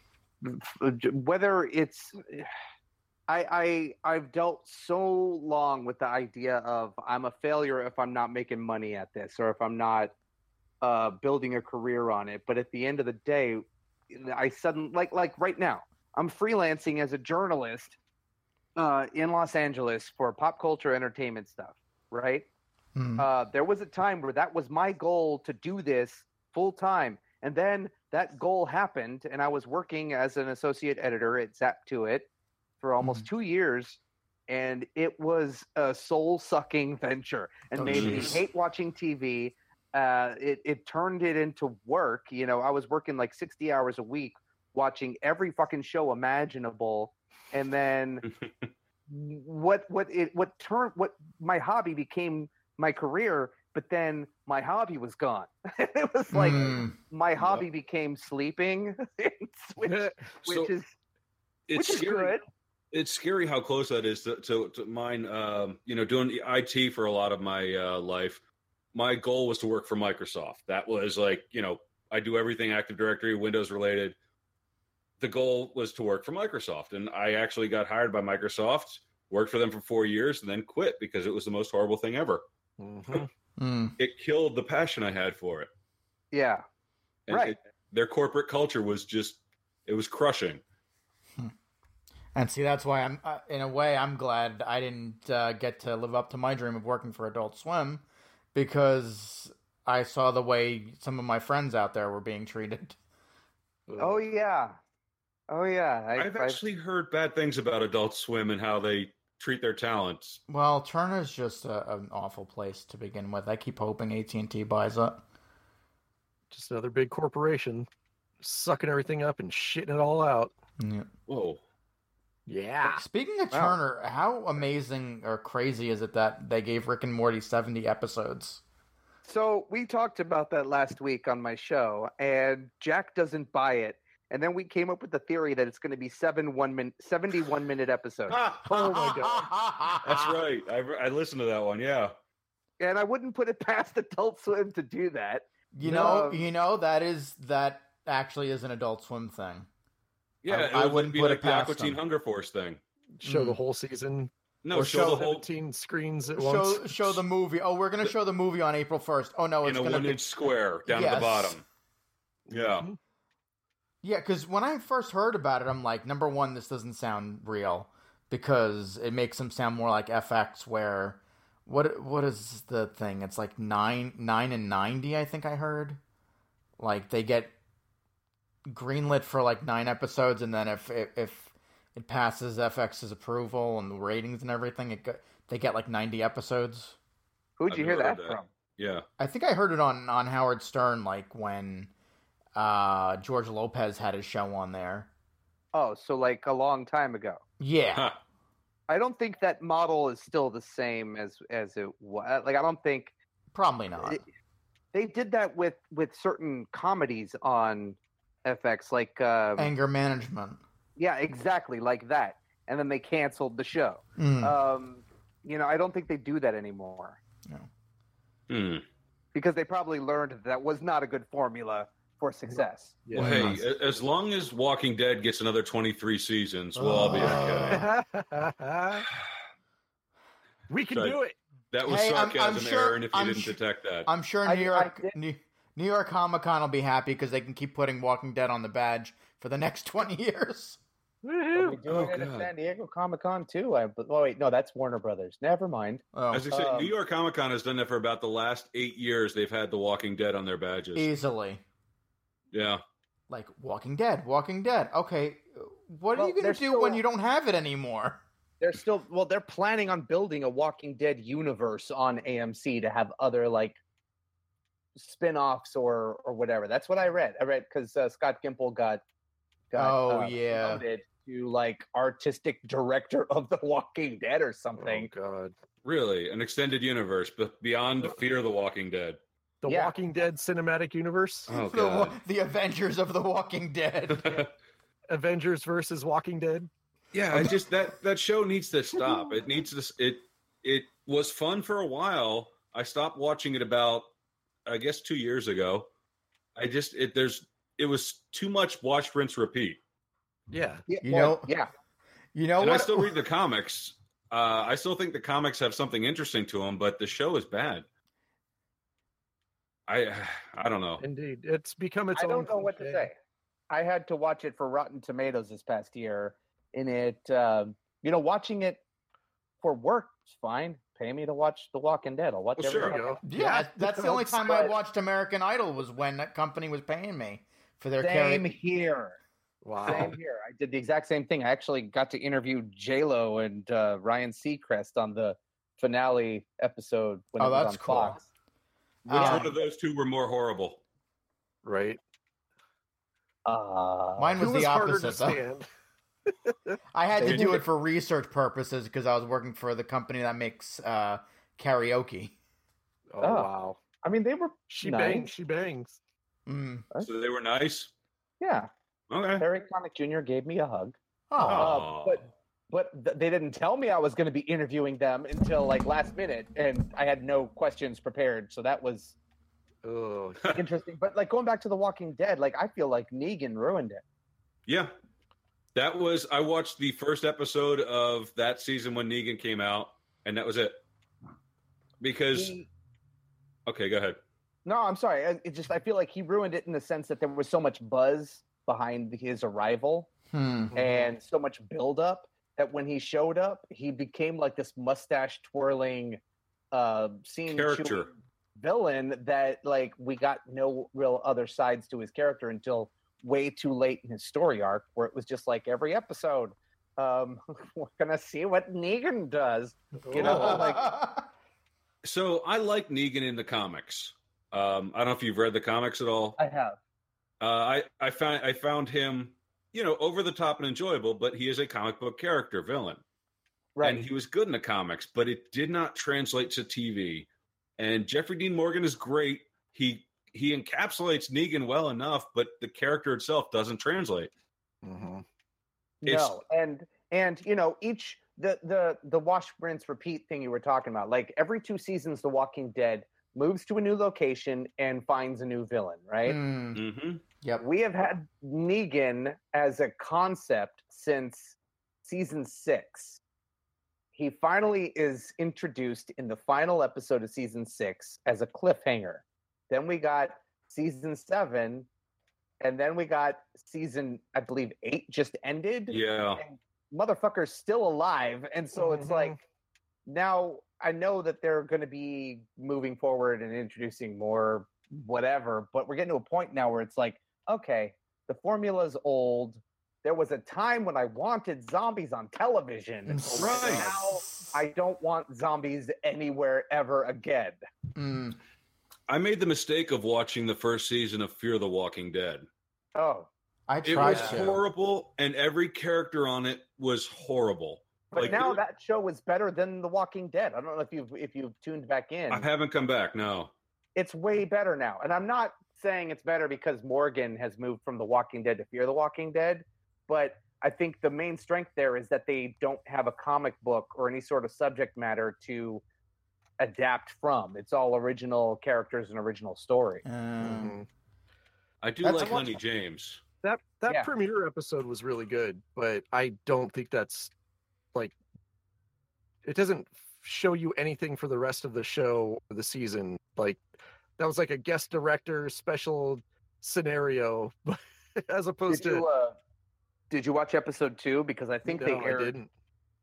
Speaker 7: Mm. whether it's I, I I've dealt so long with the idea of I'm a failure if I'm not making money at this or if I'm not uh, building a career on it. But at the end of the day, I suddenly like like right now I'm freelancing as a journalist uh, in Los Angeles for pop culture entertainment stuff. Right?
Speaker 4: Hmm.
Speaker 7: Uh, there was a time where that was my goal to do this full time. And then that goal happened, and I was working as an associate editor at Zap to It for
Speaker 4: Hmm.
Speaker 7: almost two years. And it was a soul sucking venture and
Speaker 4: Oh,
Speaker 7: made
Speaker 4: jeez.
Speaker 7: me hate watching TV. Uh, it, it turned it into work. You know, I was working like 60 hours a week watching every fucking show imaginable. And then what what it what turned what my hobby became my career, but then my hobby was gone. it was like
Speaker 4: Hmm.
Speaker 7: my hobby became sleeping, which, which
Speaker 5: So
Speaker 7: is
Speaker 5: it's
Speaker 7: which is
Speaker 5: scary.
Speaker 7: good.
Speaker 5: it's scary how close that is to, to, to mine. Um, you know, doing IT for a lot of my uh, life, my goal was to work for Microsoft. That was like, you know, I do everything Active Directory, Windows related. The goal was to work for Microsoft, and I actually got hired by Microsoft, worked for them for four years, and then quit because it was the most horrible thing ever.
Speaker 6: Mhm.
Speaker 4: Hmm.
Speaker 5: It killed the passion I had for it.
Speaker 7: Yeah.
Speaker 5: And
Speaker 7: Right.
Speaker 5: it- their corporate culture was just, it was crushing.
Speaker 4: And see, that's why I'm, uh, in a way, I'm glad I didn't uh, get to live up to my dream of working for Adult Swim because I saw the way some of my friends out there were being treated.
Speaker 7: Oh yeah. Oh yeah. I,
Speaker 5: I've actually heard bad things about Adult Swim and how they treat their talents.
Speaker 4: Well, Turner's just a, an awful place to begin with. I keep hoping AT and T buys it.
Speaker 6: Just another big corporation sucking everything up and shitting it all out.
Speaker 4: Yeah.
Speaker 5: Whoa.
Speaker 6: Yeah.
Speaker 4: Speaking of
Speaker 7: Wow.
Speaker 4: Turner, how amazing or crazy is it that they gave Rick and Morty seventy episodes?
Speaker 7: so we talked about that last week on my show, and Jack doesn't buy it. And then we came up with the theory that it's going to be seven one minute, seventy-one minute episodes.
Speaker 6: Oh my god.
Speaker 5: That's right. I, I listened to that one. Yeah.
Speaker 7: and I wouldn't put it past Adult Swim to do that.
Speaker 4: You know,
Speaker 7: No.
Speaker 4: you know that is that actually is an Adult Swim thing.
Speaker 5: Yeah.
Speaker 4: I-
Speaker 5: it
Speaker 4: I
Speaker 5: would
Speaker 4: wouldn't
Speaker 5: be
Speaker 4: put
Speaker 5: like
Speaker 4: it
Speaker 5: the Aqua
Speaker 4: past them.
Speaker 5: Teen Hunger Force thing.
Speaker 6: Show the
Speaker 4: Mm.
Speaker 6: whole season.
Speaker 5: No,
Speaker 4: Or
Speaker 5: show,
Speaker 4: show
Speaker 5: the whole
Speaker 6: 17 screens at once.
Speaker 4: show show the movie. Oh, we're gonna show the movie on April first. Oh no, it's
Speaker 5: in a
Speaker 4: gonna
Speaker 5: one
Speaker 4: be
Speaker 5: inch square down at
Speaker 4: Yes.
Speaker 5: the bottom. Yeah.
Speaker 6: Mhm.
Speaker 4: yeah. Because when I first heard about it, I'm like, number one, this doesn't sound real because it makes them sound more like FX. Where what what is the thing? It's like nine nine and ninety. I think I heard like they get greenlit for like nine episodes, and then if if, if it passes FX's approval and the ratings and everything, it go, they get like ninety episodes.
Speaker 7: Who'd
Speaker 5: I've
Speaker 7: you hear
Speaker 5: never heard
Speaker 7: that,
Speaker 5: that.
Speaker 7: from?
Speaker 5: Yeah.
Speaker 4: I think I heard it on on Howard Stern, like when uh George Lopez had his show on there.
Speaker 7: Oh, so like a long time ago.
Speaker 4: Yeah,
Speaker 5: Huh.
Speaker 7: I don't think that model is still the same as as it was. Like I don't think
Speaker 4: probably not.
Speaker 7: it- they did that with with certain comedies on FX. Like um,
Speaker 4: Anger management.
Speaker 7: yeah, exactly like that. And then they canceled the show.
Speaker 4: Mm.
Speaker 7: Um, you know, I don't think they do that anymore.
Speaker 5: Hmm.
Speaker 7: because they probably learned that that was not a good formula for success.
Speaker 6: Yeah.
Speaker 5: Well, hey, a- as long as Walking Dead gets another 23 seasons, we'll all be
Speaker 4: Oh.
Speaker 5: okay.
Speaker 6: we can
Speaker 5: So-
Speaker 6: do it.
Speaker 5: That was
Speaker 4: Hey, I'm- I'm
Speaker 5: sarcasm,
Speaker 4: sure-
Speaker 5: Aaron, if you
Speaker 4: I'm
Speaker 5: didn't
Speaker 4: sure-
Speaker 5: detect that.
Speaker 4: I'm sure
Speaker 7: I-
Speaker 4: New
Speaker 7: I
Speaker 4: York
Speaker 7: did-
Speaker 4: New, New York Comic Con will be happy because they can keep putting Walking Dead on the badge for the next 20 years.
Speaker 7: But
Speaker 6: Woohoo.
Speaker 7: we do it
Speaker 5: Oh,
Speaker 7: at
Speaker 5: God.
Speaker 7: San Diego Comic Con too. I, oh wait, no, that's Warner Brothers. Never mind.
Speaker 4: Oh,
Speaker 5: As I said,
Speaker 7: Um,
Speaker 5: New York Comic Con has done that for about the last eight years. They've had The Walking Dead on their badges.
Speaker 4: easily.
Speaker 5: yeah.
Speaker 4: Like Walking Dead, Walking Dead. Okay, what are
Speaker 7: Well,
Speaker 4: you going
Speaker 7: they're
Speaker 4: to do when
Speaker 7: still-
Speaker 4: you don't have it anymore?
Speaker 7: They're still well. They're planning on building a Walking Dead universe on AMC to have other like spin-offs or or whatever. That's what I read. I read because uh, Scott Gimple got got
Speaker 4: Oh,
Speaker 7: uh,
Speaker 4: yeah.
Speaker 7: promoted to like artistic director of the Walking Dead or something.
Speaker 6: Oh, God.
Speaker 5: Really, an extended universe, but beyond Fear the Walking Dead.
Speaker 6: The
Speaker 7: Yeah.
Speaker 6: Walking Dead cinematic universe.
Speaker 5: Oh
Speaker 4: the, wa-
Speaker 5: god.
Speaker 4: the Avengers of the Walking Dead.
Speaker 6: Avengers versus Walking Dead.
Speaker 5: yeah, I just that that show needs to stop. It needs to. s- It it was fun for a while. I stopped watching it about, I guess, two years ago. I just it there's it was too much watch, rinse, repeat.
Speaker 6: Yeah.
Speaker 7: Yeah,
Speaker 4: You
Speaker 7: well,
Speaker 4: know-
Speaker 7: yeah.
Speaker 4: You know
Speaker 5: and
Speaker 4: what?
Speaker 5: I still read the comics. Uh, I still think the comics have something interesting to them, but the show is bad. I I don't know.
Speaker 6: Indeed, it's become its
Speaker 7: I
Speaker 6: own.
Speaker 7: don't know what to
Speaker 6: cliche.
Speaker 7: say. I had to watch it for Rotten Tomatoes this past year, and it, um, you know, watching it for work is fine. Pay me to watch The Walking Dead. I'll watch
Speaker 5: Well,
Speaker 7: every
Speaker 5: sure.
Speaker 6: There
Speaker 7: fucking-
Speaker 6: you go.
Speaker 4: yeah, that's the only time I
Speaker 7: but-
Speaker 4: watched American Idol was when that company was paying me for their
Speaker 7: Same
Speaker 4: carry.
Speaker 7: here.
Speaker 6: Wow.
Speaker 7: Same here. I did the exact same thing. I actually got to interview J Lo and uh, Ryan Seacrest on the finale episode when
Speaker 4: Oh,
Speaker 7: it was
Speaker 4: that's
Speaker 7: on
Speaker 4: cool.
Speaker 7: Fox.
Speaker 5: Which
Speaker 4: Um,
Speaker 5: one of those two were more horrible?
Speaker 6: Right.
Speaker 7: Uh,
Speaker 4: Mine was
Speaker 6: Who
Speaker 4: the
Speaker 6: was harder to
Speaker 4: opposite. though.
Speaker 6: stand?
Speaker 4: I had to
Speaker 5: They
Speaker 4: do
Speaker 5: did.
Speaker 4: it for research purposes because I was working for the company that makes uh, karaoke.
Speaker 6: Oh,
Speaker 7: Oh.
Speaker 6: wow.
Speaker 7: I mean, they were,
Speaker 6: She
Speaker 7: Nice.
Speaker 6: bangs. She bangs.
Speaker 4: Mm.
Speaker 5: So they were nice.
Speaker 7: yeah.
Speaker 5: Okay.
Speaker 7: Harry Connick Jr. gave me a hug.
Speaker 4: Oh,
Speaker 5: Aw.
Speaker 7: but- but th- they didn't tell me I was going to be interviewing them until like last minute, and I had no questions prepared. So that was
Speaker 6: Oh,
Speaker 7: interesting. but like going back to The Walking Dead, like I feel like Negan ruined it.
Speaker 5: yeah, that was. I watched the first episode of that season when Negan came out, and that was it. Because
Speaker 7: He-
Speaker 5: okay, go ahead.
Speaker 7: no, I'm sorry. I- It just I feel like he ruined it in the sense that there was so much buzz behind his arrival
Speaker 4: hmm.
Speaker 7: Mm-hmm.
Speaker 5: Mm-hmm.
Speaker 7: and so much buildup that when he showed up, he became like this mustache twirling, uh, scene
Speaker 5: Character.
Speaker 7: villain that like we got no real other sides to his character until way too late in his story arc where it was just like every episode um we're gonna see what negan does You know,
Speaker 6: Oh.
Speaker 7: like-
Speaker 5: So I like Negan in the comics. Um, I don't know if you've read the comics at all.
Speaker 7: i have
Speaker 5: Uh, I I found I found him, you know, over the top and enjoyable, but he is a comic book character villain.
Speaker 7: right
Speaker 5: And he was good in the comics, but it did not translate to TV. And Jeffrey Dean Morgan is great. He he encapsulates Negan well enough, but the character itself doesn't translate.
Speaker 7: Mm-hmm. Mm.
Speaker 6: Mhm.
Speaker 5: it's-
Speaker 7: no and and you know each the the the wash rinse repeat thing you were talking about like every two seasons the walking dead moves to a new location and finds a new villain right
Speaker 4: Hmm.
Speaker 5: hmm
Speaker 4: Yep.
Speaker 7: we have had Negan as a concept since season six. He finally is introduced in the final episode of season six as a cliffhanger. Then we got season seven, and then we got season, I believe, eight just ended.
Speaker 5: Yeah.
Speaker 7: Motherfucker's still alive. And so it's
Speaker 6: Mhm.
Speaker 7: like now I know that they're going to be moving forward and introducing more whatever, but we're getting to a point now where it's like, okay, the formula's old. There was a time when I wanted zombies on television.
Speaker 5: Mm, Right.
Speaker 7: Now I don't want zombies anywhere ever again.
Speaker 4: Mm.
Speaker 5: I made the mistake of watching the first season of Fear the Walking Dead.
Speaker 7: Oh,
Speaker 4: I
Speaker 5: It
Speaker 4: tried
Speaker 5: was
Speaker 4: to.
Speaker 5: horrible, and every character on it was horrible.
Speaker 7: but
Speaker 5: Like,
Speaker 7: now
Speaker 5: there-
Speaker 7: that show is better than The Walking Dead. I don't know if you've if you've tuned back in.
Speaker 5: I haven't come back. No.
Speaker 7: it's way better now. And I'm not saying it's better because Morgan has moved from The Walking Dead to Fear the Walking Dead, but I think the main strength there is that they don't have a comic book or any sort of subject matter to adapt from. It's all original characters and original story. Mm-hmm.
Speaker 4: Um,
Speaker 6: Mhm.
Speaker 5: I do
Speaker 7: That's
Speaker 5: like
Speaker 7: what-
Speaker 5: Lenny James.
Speaker 6: That that
Speaker 7: Yeah.
Speaker 6: premiere episode was really good, but I don't think that's like it doesn't show you anything for the rest of the show or the season. Like that was like a guest director special scenario as opposed
Speaker 7: Did you
Speaker 6: to
Speaker 7: uh, did you watch episode two? Because I think they
Speaker 6: No,
Speaker 7: aired.
Speaker 6: I didn't.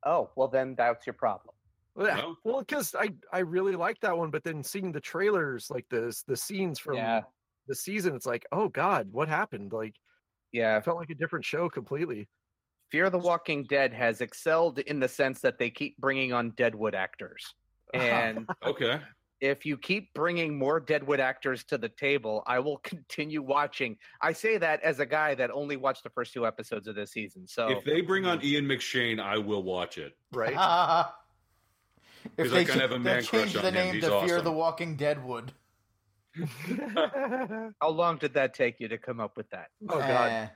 Speaker 7: Oh, well then that's your problem.
Speaker 6: Yeah.
Speaker 5: No?
Speaker 6: Well, because I I really liked that one, but then seeing the trailers, like the s- the scenes from
Speaker 7: Yeah.
Speaker 6: the season, it's like, oh god, what happened? Like
Speaker 7: Yeah,
Speaker 6: I felt like a different show completely.
Speaker 7: Fear the Walking Dead has excelled in the sense that they keep bringing on Deadwood actors. And
Speaker 5: Okay.
Speaker 7: if you keep bringing more Deadwood actors to the table, I will continue watching. I say that as a guy that only watched the first two episodes of this season. So
Speaker 5: If they bring
Speaker 7: mm-hmm.
Speaker 5: on Ian McShane, I will watch it.
Speaker 6: right?
Speaker 4: if
Speaker 5: Because
Speaker 4: they
Speaker 5: I kinda have
Speaker 4: ch-
Speaker 5: a man
Speaker 4: they'll
Speaker 5: crush
Speaker 4: change
Speaker 5: on
Speaker 4: the
Speaker 5: him,
Speaker 4: name
Speaker 5: he's
Speaker 4: to Fear
Speaker 5: awesome.
Speaker 4: the Walking Deadwood.
Speaker 6: oh
Speaker 7: how long did that take you to come up with that?
Speaker 6: god.
Speaker 4: Eh.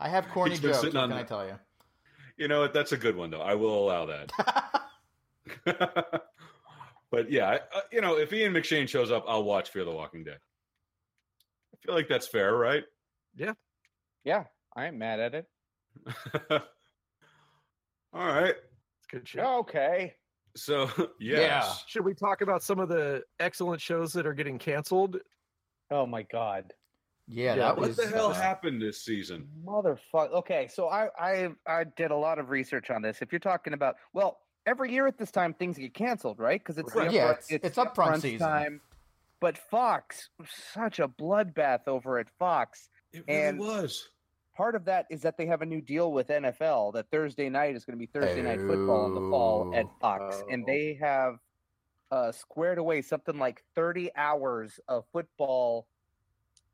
Speaker 4: I have corny
Speaker 5: He's been
Speaker 4: jokes. What
Speaker 5: sitting
Speaker 4: can
Speaker 5: on
Speaker 4: I
Speaker 5: that.
Speaker 4: tell you?
Speaker 5: You know what? That's a good one, though. I will allow that. but yeah, I- uh, you know, if Ian McShane shows up, I'll watch Fear the Walking Dead. I feel like that's fair, right?
Speaker 7: Yeah, I ain't mad at it.
Speaker 5: All right.
Speaker 6: It's good shit.
Speaker 7: Okay.
Speaker 5: So yes,
Speaker 6: Should we talk about some of the excellent shows that are getting canceled?
Speaker 7: Oh my god.
Speaker 4: yeah,
Speaker 6: Yeah,
Speaker 4: that
Speaker 5: what
Speaker 4: was
Speaker 5: the hell
Speaker 4: uh,
Speaker 5: happened this season?
Speaker 7: Motherfucker. Okay, so I, I I did a lot of research on this. If you're talking about well, every year at this time things get canceled, right? Because it's the
Speaker 4: Right. Yeah,
Speaker 7: upfront-
Speaker 4: it's- it's upfront
Speaker 7: upfront
Speaker 4: season.
Speaker 7: But Fox, such a bloodbath over at Fox.
Speaker 5: It really
Speaker 7: And-
Speaker 5: was.
Speaker 7: Part of that is that they have a new deal with NFL that Thursday night is going to be Thursday night football in the fall at
Speaker 4: Oh.
Speaker 7: Fox, and
Speaker 6: Oh.
Speaker 7: they have uh, squared away something like 30 hours of football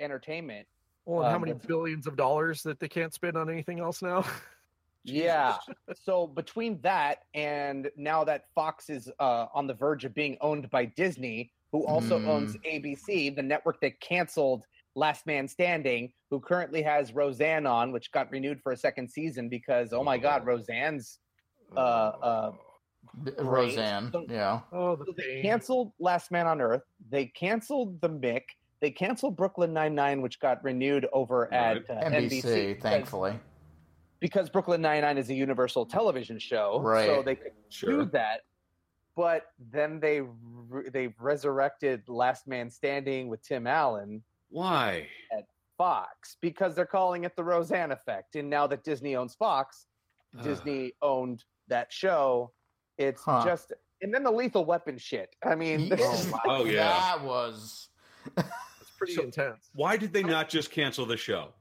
Speaker 7: entertainment.
Speaker 6: Well, and how
Speaker 7: Um,
Speaker 6: many
Speaker 7: that's-
Speaker 6: billions of dollars that they can't spend on anything else now?
Speaker 7: Yeah. so between that and now that Fox is uh, on the verge of being owned by Disney, who also
Speaker 4: Mm.
Speaker 7: owns ABC, the network that canceled Last Man Standing, who currently has Roseanne on, which got renewed for a second season because oh my god, Roseanne's uh, uh,
Speaker 4: Roseanne.
Speaker 7: So-
Speaker 4: Yeah.
Speaker 6: oh, the
Speaker 7: So they
Speaker 6: pain.
Speaker 7: canceled Last Man on Earth. They canceled The Mick. They canceled Brooklyn Nine Nine, which got renewed over at uh,
Speaker 4: NBC,
Speaker 7: NBC. because-
Speaker 4: thankfully.
Speaker 7: because Brooklyn Nine Nine is a Universal Television show, so
Speaker 4: Right.
Speaker 7: they could do
Speaker 5: Sure.
Speaker 7: that. But then they re- they resurrected Last Man Standing with Tim Allen
Speaker 5: Why?
Speaker 7: Fox because they're calling it the Roseanne effect, and now that Disney owns Fox,
Speaker 5: Ugh.
Speaker 7: Disney owned that show. It's
Speaker 4: Huh.
Speaker 7: just and then the Lethal Weapon shit. I mean, this is
Speaker 4: my-
Speaker 5: Oh, yeah.
Speaker 4: That was.
Speaker 6: It's pretty
Speaker 5: So-
Speaker 6: intense.
Speaker 5: Why did they not just cancel the show?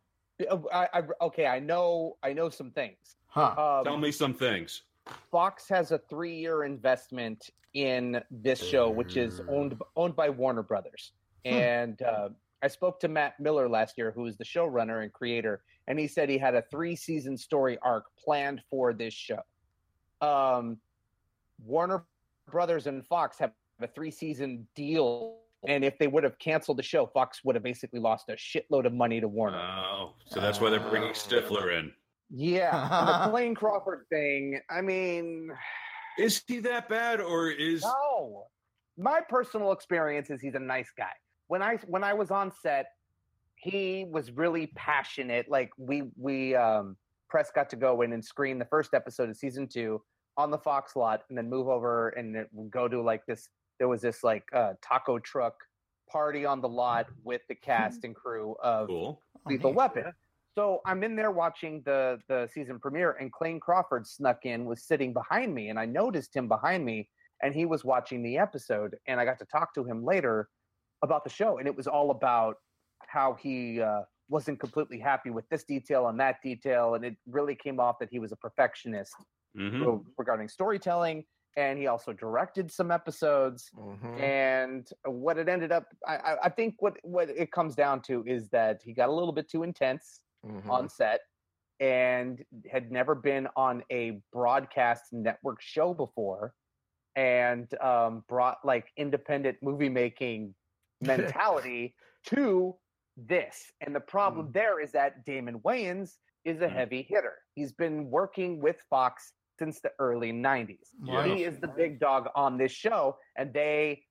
Speaker 7: I, I, okay, I know, I know some things.
Speaker 4: Huh.
Speaker 7: Um,
Speaker 5: Tell me some things.
Speaker 7: Fox has a three-year investment in this show, which is owned owned by Warner Brothers.
Speaker 5: Hmm.
Speaker 7: And uh, I spoke to Matt Miller last year, who is the showrunner and creator, and he said he had a three-season story arc planned for this show. Um, Warner Brothers and Fox have a three-season deal, and if they would have canceled the show, Fox would have basically lost a shitload of money to Warner.
Speaker 5: Oh, so that's why they're bringing
Speaker 4: Oh.
Speaker 5: Stifler in.
Speaker 7: yeah, and the Blaine Crawford thing. I mean.
Speaker 5: Is he that bad, or is
Speaker 7: No. My personal experience is he's a nice guy. When I when I was on set, he was really passionate. Like we we um press got to go in and screen the first episode of season 2 on the Fox lot and then move over and it, go to like this there was this like uh taco truck party on the lot with the cast and crew of
Speaker 5: cool?
Speaker 7: lethal
Speaker 4: man.
Speaker 7: weapon. So I'm in there watching the the season premiere, and Clayne Crawford snuck in, was sitting behind me, and I noticed him behind me, and he was watching the episode, and I got to talk to him later about the show, and it was all about how he uh, wasn't completely happy with this detail and that detail, and it really came off that he was a perfectionist
Speaker 5: hmm
Speaker 7: re- regarding storytelling, and he also directed some episodes,
Speaker 6: Mm-hmm,
Speaker 7: and what it ended up, I, I, I think what what it comes down to is that he got a little bit too intense
Speaker 6: mm-hmm.
Speaker 7: on set and had never been on a broadcast network show before and um, brought like independent movie making mentality to this and the problem there is that damon wayans is a heavy hitter he's been working with fox since the early 90s.
Speaker 5: Yeah.
Speaker 7: He is the big dog on this show, and they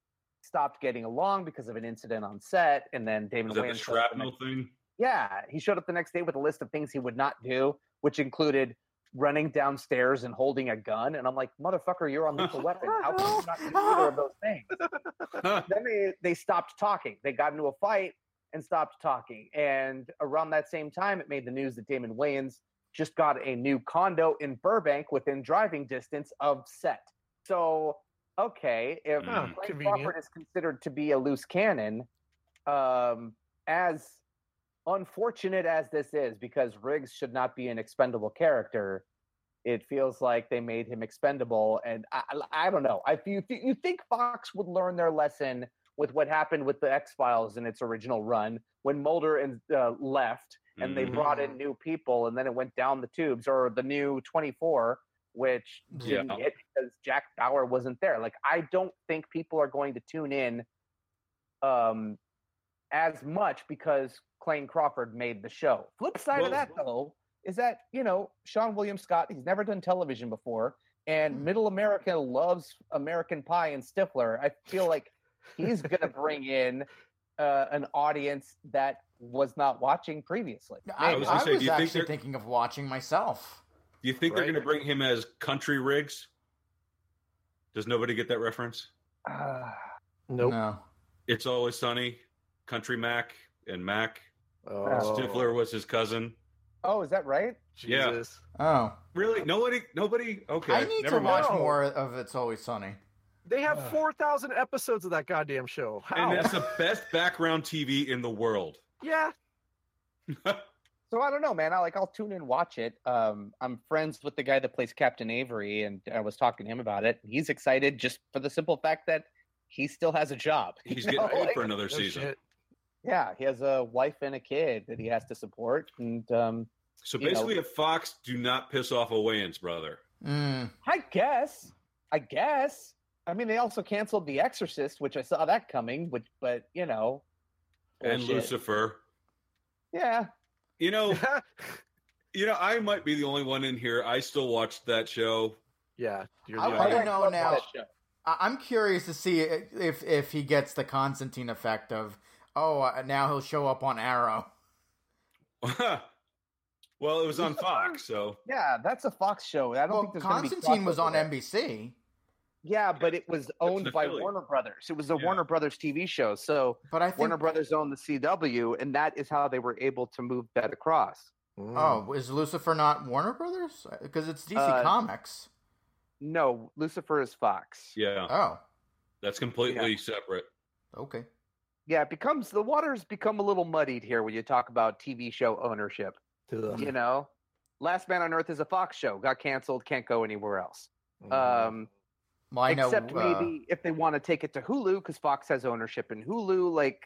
Speaker 7: stopped getting along because of an incident on set. And then Damon
Speaker 5: Was that the
Speaker 7: Wayans showed up the
Speaker 5: shrapnel thing?
Speaker 7: yeah, he showed up the next day with a list of things he would not do, which included running downstairs and holding a gun. And I'm like, motherfucker, you're on lethal weapon. How can you not do either of those things? then they, they stopped talking. They got into a fight and stopped talking. And around that same time, it made the news that Damon Wayans just got a new condo in Burbank within driving distance of set. So, okay, if
Speaker 5: Hmm.
Speaker 7: Frank
Speaker 6: Convenient.
Speaker 7: Crawford is considered to be a loose cannon, um, as unfortunate as this is, because Riggs should not be an expendable character, it feels like they made him expendable. And I, I, I don't know. I you, you think Fox would learn their lesson with what happened with the X Files in its original run when Mulder and uh, left,
Speaker 5: Mm-hmm.
Speaker 7: and they brought in new people, and then it went down the tubes, or the new Twenty Four, which
Speaker 5: Yeah.
Speaker 7: didn't hit because Jack Bauer wasn't there. Like I don't think people are going to tune in um as much because Clayne Crawford made the show. Flip side
Speaker 5: Well-
Speaker 7: of that though is that, you know, Sean William Scott, he's never done television before and middle America loves American pie and Stifler. I feel like he's going to bring in uh, an audience that was not watching previously.
Speaker 4: I, I
Speaker 5: I was
Speaker 4: was,
Speaker 5: gonna say, do you think
Speaker 4: actually
Speaker 5: they're-
Speaker 4: thinking of watching myself.
Speaker 5: Do you think they're
Speaker 6: Right.
Speaker 5: going to bring him as country rigs? Does nobody get that reference?
Speaker 7: Uh,
Speaker 6: Nope.
Speaker 4: No.
Speaker 5: It's always sunny. Country Mac and Mac
Speaker 6: Oh.
Speaker 5: Stifler was his cousin.
Speaker 7: oh, is that right?
Speaker 5: Yeah.
Speaker 6: Jesus.
Speaker 4: Oh,
Speaker 5: Really? Nobody? Nobody? Okay.
Speaker 4: I need
Speaker 5: never
Speaker 4: to
Speaker 5: mind.
Speaker 4: watch
Speaker 6: No.
Speaker 4: more of It's Always Sunny.
Speaker 6: They have
Speaker 4: Ugh.
Speaker 6: 4,000 episodes of that goddamn show. How?
Speaker 5: And that's the best background TV in the world.
Speaker 6: yeah.
Speaker 7: So I don't know, man. I like I'll tune in, watch it. Um, I'm friends with the guy that plays Captain Avery, and I was talking to him about it. He's excited just for the simple fact that he still has a job. you
Speaker 5: He's
Speaker 7: know?
Speaker 5: getting paid
Speaker 7: Oh, Like,
Speaker 5: for another
Speaker 6: No
Speaker 5: season.
Speaker 6: shit.
Speaker 7: yeah, he has a wife and a kid that he has to support, and um,
Speaker 5: So
Speaker 7: You know.
Speaker 5: basically, at Fox, do not piss off a Wayans brother.
Speaker 4: Mm.
Speaker 7: I guess, I guess. I mean, they also canceled The Exorcist, which I saw that coming. Which, but you know,
Speaker 5: and
Speaker 7: bullshit.
Speaker 5: Lucifer.
Speaker 7: Yeah,
Speaker 5: You know, you know, I might be the only one in here. I still watched that show.
Speaker 6: yeah. You're
Speaker 4: I
Speaker 6: the
Speaker 4: wanna
Speaker 6: only-
Speaker 4: know
Speaker 7: love
Speaker 4: now-
Speaker 7: that show.
Speaker 4: I- I'm curious to see i- if if he gets the Constantine effect of oh uh, now he'll show up on Arrow.
Speaker 5: well, it was on Fox, so
Speaker 7: Yeah, that's a Fox show. I don't
Speaker 4: Well,
Speaker 7: think there's gonna be
Speaker 4: Constantine was
Speaker 7: crossover
Speaker 4: on
Speaker 7: there.
Speaker 4: NBC,
Speaker 7: Yeah, but it was owned
Speaker 5: an
Speaker 7: by
Speaker 5: affiliate.
Speaker 7: Warner Brothers. It was a
Speaker 5: Yeah.
Speaker 7: Warner Brothers TV show. So
Speaker 4: but I think
Speaker 7: Warner Brothers owned the CW, and that is how they were able to move that across.
Speaker 6: Mm.
Speaker 4: oh is Lucifer not Warner Brothers because it's DC
Speaker 7: Uh,
Speaker 4: Comics.
Speaker 7: No, Lucifer is Fox. Yeah.
Speaker 5: yeah,
Speaker 4: Oh,
Speaker 5: that's completely separate.
Speaker 4: okay.
Speaker 7: it becomes the waters become a little muddied here when you talk about TV show ownership.
Speaker 6: Ugh.
Speaker 7: You know, Last Man on Earth is a Fox show, got canceled, can't go anywhere else.
Speaker 6: Mm.
Speaker 7: Um,
Speaker 4: Well, I know.
Speaker 7: except
Speaker 4: uh,
Speaker 7: maybe if they want to take it to Hulu because Fox has ownership in Hulu. Like,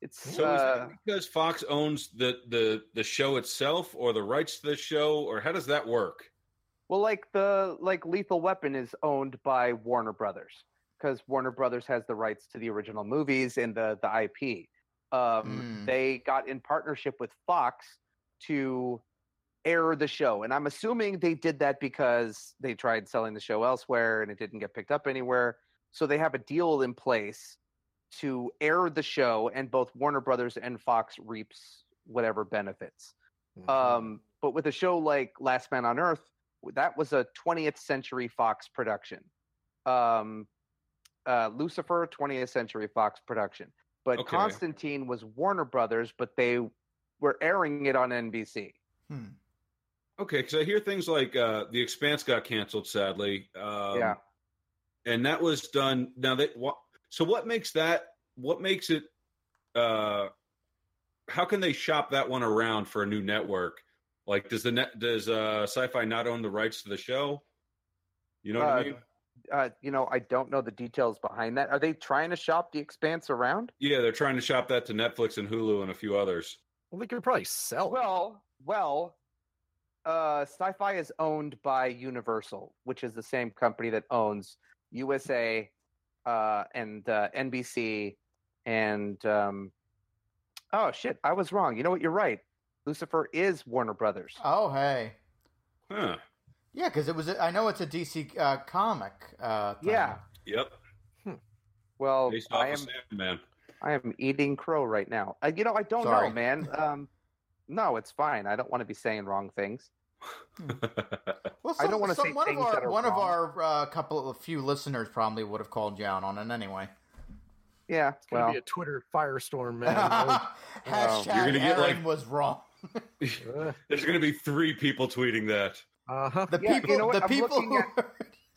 Speaker 7: it's
Speaker 5: So is
Speaker 7: uh,
Speaker 5: that because Fox owns the the the show itself, or the rights to the show, or how does that work?
Speaker 7: Well, like the like Lethal Weapon is owned by Warner Brothers because Warner Brothers has the rights to the original movies and the the IP. Um,
Speaker 4: Mm.
Speaker 7: They got in partnership with Fox to air the show, and I'm assuming they did that because they tried selling the show elsewhere and it didn't get picked up anywhere. So they have a deal in place to air the show, and both Warner Brothers and Fox reaps whatever benefits.
Speaker 6: Mhm.
Speaker 5: Mm-hmm.
Speaker 7: Um, but with a show like Last Man on Earth, w- that was a 20th century Fox production. Um, uh, Lucifer, 20th century Fox production. But
Speaker 5: Okay.
Speaker 7: Constantine was Warner Brothers, but they were airing it on NBC.
Speaker 4: hmm.
Speaker 5: Okay, because I hear things like uh, the Expanse got canceled, sadly. Um,
Speaker 7: Yeah.
Speaker 5: and that was done. Now that what? So what makes that? What makes it? Uh, how can they shop that one around for a new network? Like, does the net does uh, Sci-Fi not own the rights to the show? You know what
Speaker 7: Uh,
Speaker 5: I mean?
Speaker 7: Uh, you know, I don't know the details behind that. Are they trying to shop The Expanse around?
Speaker 5: Yeah, they're trying to shop that to Netflix and Hulu and a few others.
Speaker 6: well, they could probably sell. it.
Speaker 7: Well, well, uh, Sci-Fi is owned by Universal, which is the same company that owns USA uh, and uh, NBC and um, oh shit, I was
Speaker 6: Uh,
Speaker 7: wrong. You know what? You're right. Lucifer is Warner Brothers.
Speaker 4: Oh hey,
Speaker 5: Huh.
Speaker 4: Oh, Yeah, because it was. I know it's a DC uh, comic. Uh, thing.
Speaker 7: Yeah.
Speaker 5: Yep.
Speaker 7: Well,
Speaker 5: Based off
Speaker 7: Oh, I
Speaker 5: of
Speaker 7: am
Speaker 5: Sandman.
Speaker 7: I am eating crow right now. Uh, you know, I don't
Speaker 4: Sorry.
Speaker 7: know, man. Um, no, it's fine. I don't want to be saying wrong things.
Speaker 4: Well,
Speaker 7: I
Speaker 4: some,
Speaker 7: don't wanna
Speaker 4: some-
Speaker 7: say
Speaker 4: one of
Speaker 7: things
Speaker 4: our
Speaker 7: that are
Speaker 4: one of
Speaker 7: wrong.
Speaker 4: our uh, couple of few listeners probably would have called you out on it anyway.
Speaker 7: Yeah.
Speaker 6: It's gonna
Speaker 7: Well,
Speaker 6: be a Twitter firestorm, man. I
Speaker 4: Hashtag
Speaker 5: You're gonna get,
Speaker 4: Aaron
Speaker 5: like-
Speaker 4: was wrong.
Speaker 6: was-
Speaker 5: There's going to be three people tweeting that.
Speaker 6: uh-huh.
Speaker 4: The
Speaker 7: Yeah, you
Speaker 4: people,
Speaker 7: know what?
Speaker 4: the
Speaker 7: I'm
Speaker 4: people
Speaker 7: looking
Speaker 4: who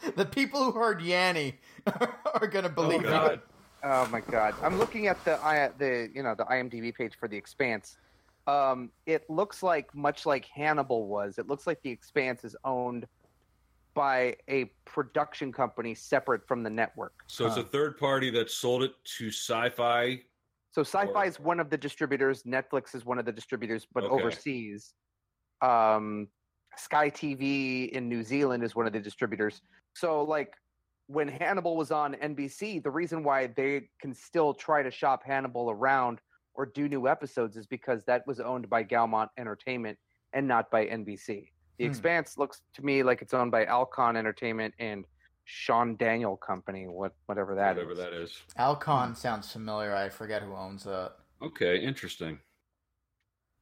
Speaker 4: heard, the people who heard Yanni are gonna believe you.
Speaker 5: Oh, God.
Speaker 7: oh my god, I'm looking at the I the you know the IMDb page for The Expanse. Um, it looks like much like Hannibal was. It looks like The Expanse is owned by a production company separate from the network.
Speaker 5: So it's
Speaker 4: Huh.
Speaker 5: a third party that sold it to Sci-Fi.
Speaker 7: So Sci-Fi is
Speaker 5: Or-
Speaker 7: one of the distributors. Netflix is one of the distributors, but
Speaker 5: Okay.
Speaker 7: overseas, um, Sky TV in New Zealand is one of the distributors. So like when Hannibal was on NBC, the reason why they can still try to shop Hannibal around or do new episodes is because that was owned by Galmont Entertainment and not by NBC. The
Speaker 4: Hmm.
Speaker 7: Expanse looks to me like it's owned by Alcon Entertainment and Sean Daniel Company, what whatever that is.
Speaker 5: whatever that is.
Speaker 4: Alcon sounds familiar. I forget who owns that.
Speaker 5: Okay, interesting.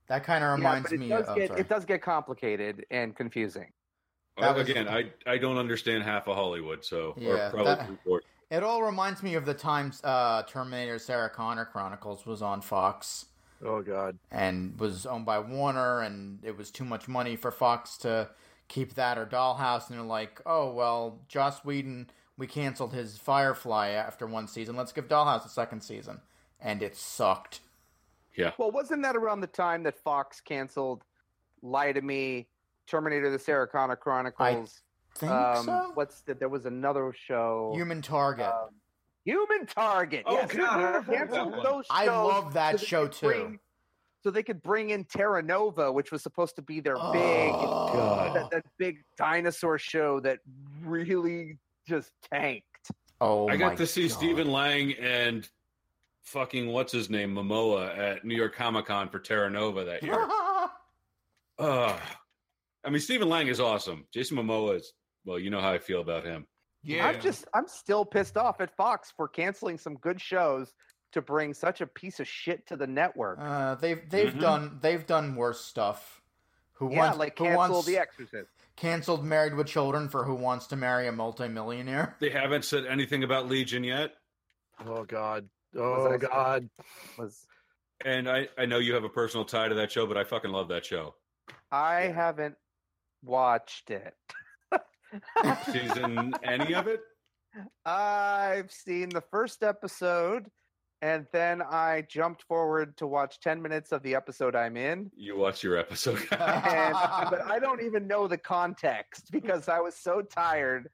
Speaker 4: That kind of
Speaker 7: Yeah,
Speaker 4: reminds
Speaker 7: but it
Speaker 4: me.
Speaker 7: Does
Speaker 4: oh,
Speaker 7: get,
Speaker 4: sorry.
Speaker 7: it does get complicated and confusing.
Speaker 4: That
Speaker 5: Uh,
Speaker 4: was-
Speaker 5: Again, I I don't understand half of Hollywood, so
Speaker 4: Yeah,
Speaker 5: or probably
Speaker 4: that-
Speaker 5: three-fourths.
Speaker 4: It all reminds me of the times uh, Terminator Sarah Connor Chronicles was on Fox
Speaker 6: Oh god.
Speaker 4: and was owned by Warner, and it was too much money for Fox to keep that or Dollhouse, and they're like, oh well, Joss Whedon, we canceled his Firefly after one season. Let's give Dollhouse a second season, and it sucked.
Speaker 7: Well, wasn't that around the time that Fox canceled Lie to Me, Terminator: The Sarah Connor Chronicles?
Speaker 4: Think
Speaker 7: um,
Speaker 4: so?
Speaker 7: What's the, there was another show?
Speaker 4: Human Target.
Speaker 7: um, Human Target.
Speaker 5: Oh,
Speaker 7: yes,
Speaker 5: God, I heard
Speaker 7: they canceled
Speaker 5: that one.
Speaker 7: those
Speaker 4: I
Speaker 7: shows
Speaker 4: love that
Speaker 7: so they
Speaker 4: show
Speaker 7: could
Speaker 4: too.
Speaker 7: bring- so they could bring in Terra Nova, which was supposed to be their big that, that big dinosaur show that really just tanked.
Speaker 4: Oh,
Speaker 5: I got
Speaker 4: my
Speaker 5: to see
Speaker 4: God.
Speaker 5: Stephen Lang and fucking what's his name Momoa at New York Comic Con for Terra Nova that year. Ugh. I mean, Stephen Lang is awesome. Jason Momoa is well, you know how I feel about him.
Speaker 8: Yeah.
Speaker 7: I'm just I'm still pissed off at Fox for canceling some good shows to bring such a piece of shit to the network.
Speaker 4: Uh, they've they've
Speaker 5: Mhm.
Speaker 4: done they've done worse stuff. Who
Speaker 7: yeah,
Speaker 4: wants
Speaker 7: like
Speaker 4: who
Speaker 7: cancel
Speaker 4: wants,
Speaker 7: The Exorcist.
Speaker 4: canceled Married with Children for Who Wants to Marry a Multimillionaire?
Speaker 5: They haven't said anything about Legion yet,
Speaker 6: Oh god.
Speaker 7: I
Speaker 6: Oh
Speaker 7: saying-
Speaker 6: god.
Speaker 7: Was
Speaker 5: and I I know you have a personal tie to that show, but I fucking love that show.
Speaker 7: I haven't watched it.
Speaker 5: Season any of it?
Speaker 7: I've seen the first episode, and then I jumped forward to watch ten minutes of the episode I'm in.
Speaker 5: You watch your episode.
Speaker 7: And but I don't even know the context because I was so tired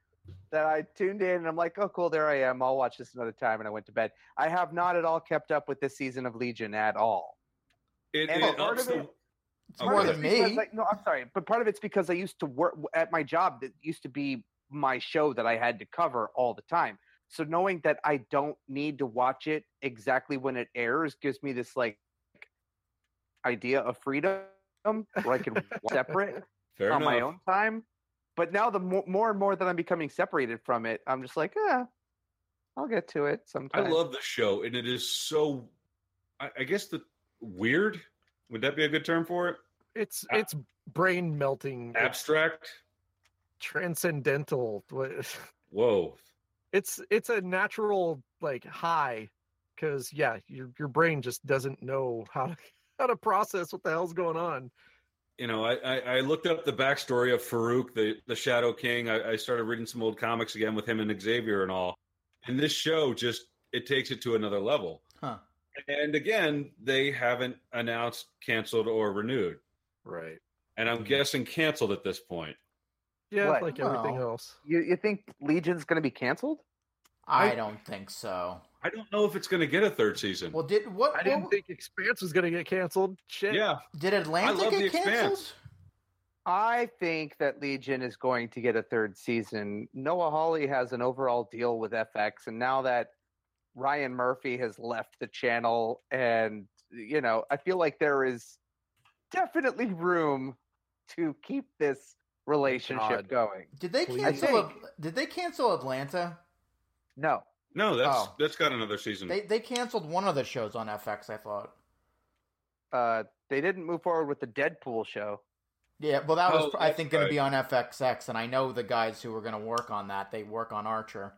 Speaker 7: that I tuned in and I'm like, oh cool, there I am. I'll watch this another time, and I went to bed. I have not at all kept up with this season of Legion at all.
Speaker 5: It,
Speaker 7: And
Speaker 5: it
Speaker 7: part
Speaker 5: ups
Speaker 7: of
Speaker 5: the-
Speaker 7: it-
Speaker 4: it's
Speaker 5: Okay.
Speaker 4: more
Speaker 7: Part of
Speaker 4: than
Speaker 7: it's because
Speaker 4: me.
Speaker 7: I- no, I'm sorry, but part of it's because I used to work at my job that used to be my show that I had to cover all the time. So knowing that I don't need to watch it exactly when it airs gives me this like idea of freedom where I can watch separate
Speaker 5: fair
Speaker 7: on my
Speaker 5: enough.
Speaker 7: own time. But now the more, more and more that I'm becoming separated from it, I'm just like, yeah, I'll get to it
Speaker 5: I
Speaker 7: sometime.
Speaker 5: love the show, and it is so. I, I guess the weird would that be a good term for it?
Speaker 6: It's
Speaker 5: Uh,
Speaker 6: it's brain melting. It's
Speaker 5: Abstract.
Speaker 6: transcendental. What-
Speaker 5: Whoa,
Speaker 6: It's it's a natural like high cuz yeah, your your brain just doesn't know how to how to process what the hell's going on.
Speaker 5: you know, I, I, I looked up the backstory of Farouk, the, the Shadow King. I, I started reading some old comics again with him and Xavier and all. And this show just it takes it to another level.
Speaker 4: Huh.
Speaker 5: And again, they haven't announced canceled or renewed.
Speaker 6: Right.
Speaker 5: And
Speaker 4: Hmm.
Speaker 5: I'm guessing canceled at this point.
Speaker 6: Yeah,
Speaker 7: Right.
Speaker 6: like everything
Speaker 4: Well,
Speaker 6: else.
Speaker 7: You, you think Legion's going to be canceled?
Speaker 4: I,
Speaker 5: I-
Speaker 4: don't think so.
Speaker 5: I don't know if it's going to get a third season.
Speaker 4: Well, did what?
Speaker 6: I didn't
Speaker 4: what-
Speaker 6: think Expanse was going to get canceled. Shit.
Speaker 5: yeah,
Speaker 4: did Atlanta
Speaker 5: I love The
Speaker 4: get
Speaker 5: Expanse.
Speaker 4: canceled?
Speaker 7: I think that Legion is going to get a third season. Noah Hawley has an overall deal with FX, and now that Ryan Murphy has left the channel, and you know, I feel like there is definitely room to keep this relationship
Speaker 6: God.
Speaker 7: going.
Speaker 4: Did they
Speaker 6: Please.
Speaker 4: cancel?
Speaker 7: I
Speaker 4: Ab- did they cancel Atlanta?
Speaker 7: No.
Speaker 5: No, that's
Speaker 4: Oh.
Speaker 5: that's got another season.
Speaker 4: They they canceled one of the shows on FX. I thought.
Speaker 7: Uh, they didn't move forward with the Deadpool show.
Speaker 4: Yeah, well, that was
Speaker 5: Oh,
Speaker 4: I
Speaker 5: that's
Speaker 4: think going
Speaker 5: right.
Speaker 4: to be on FXX, and I know the guys who were going to work on that. They work on Archer.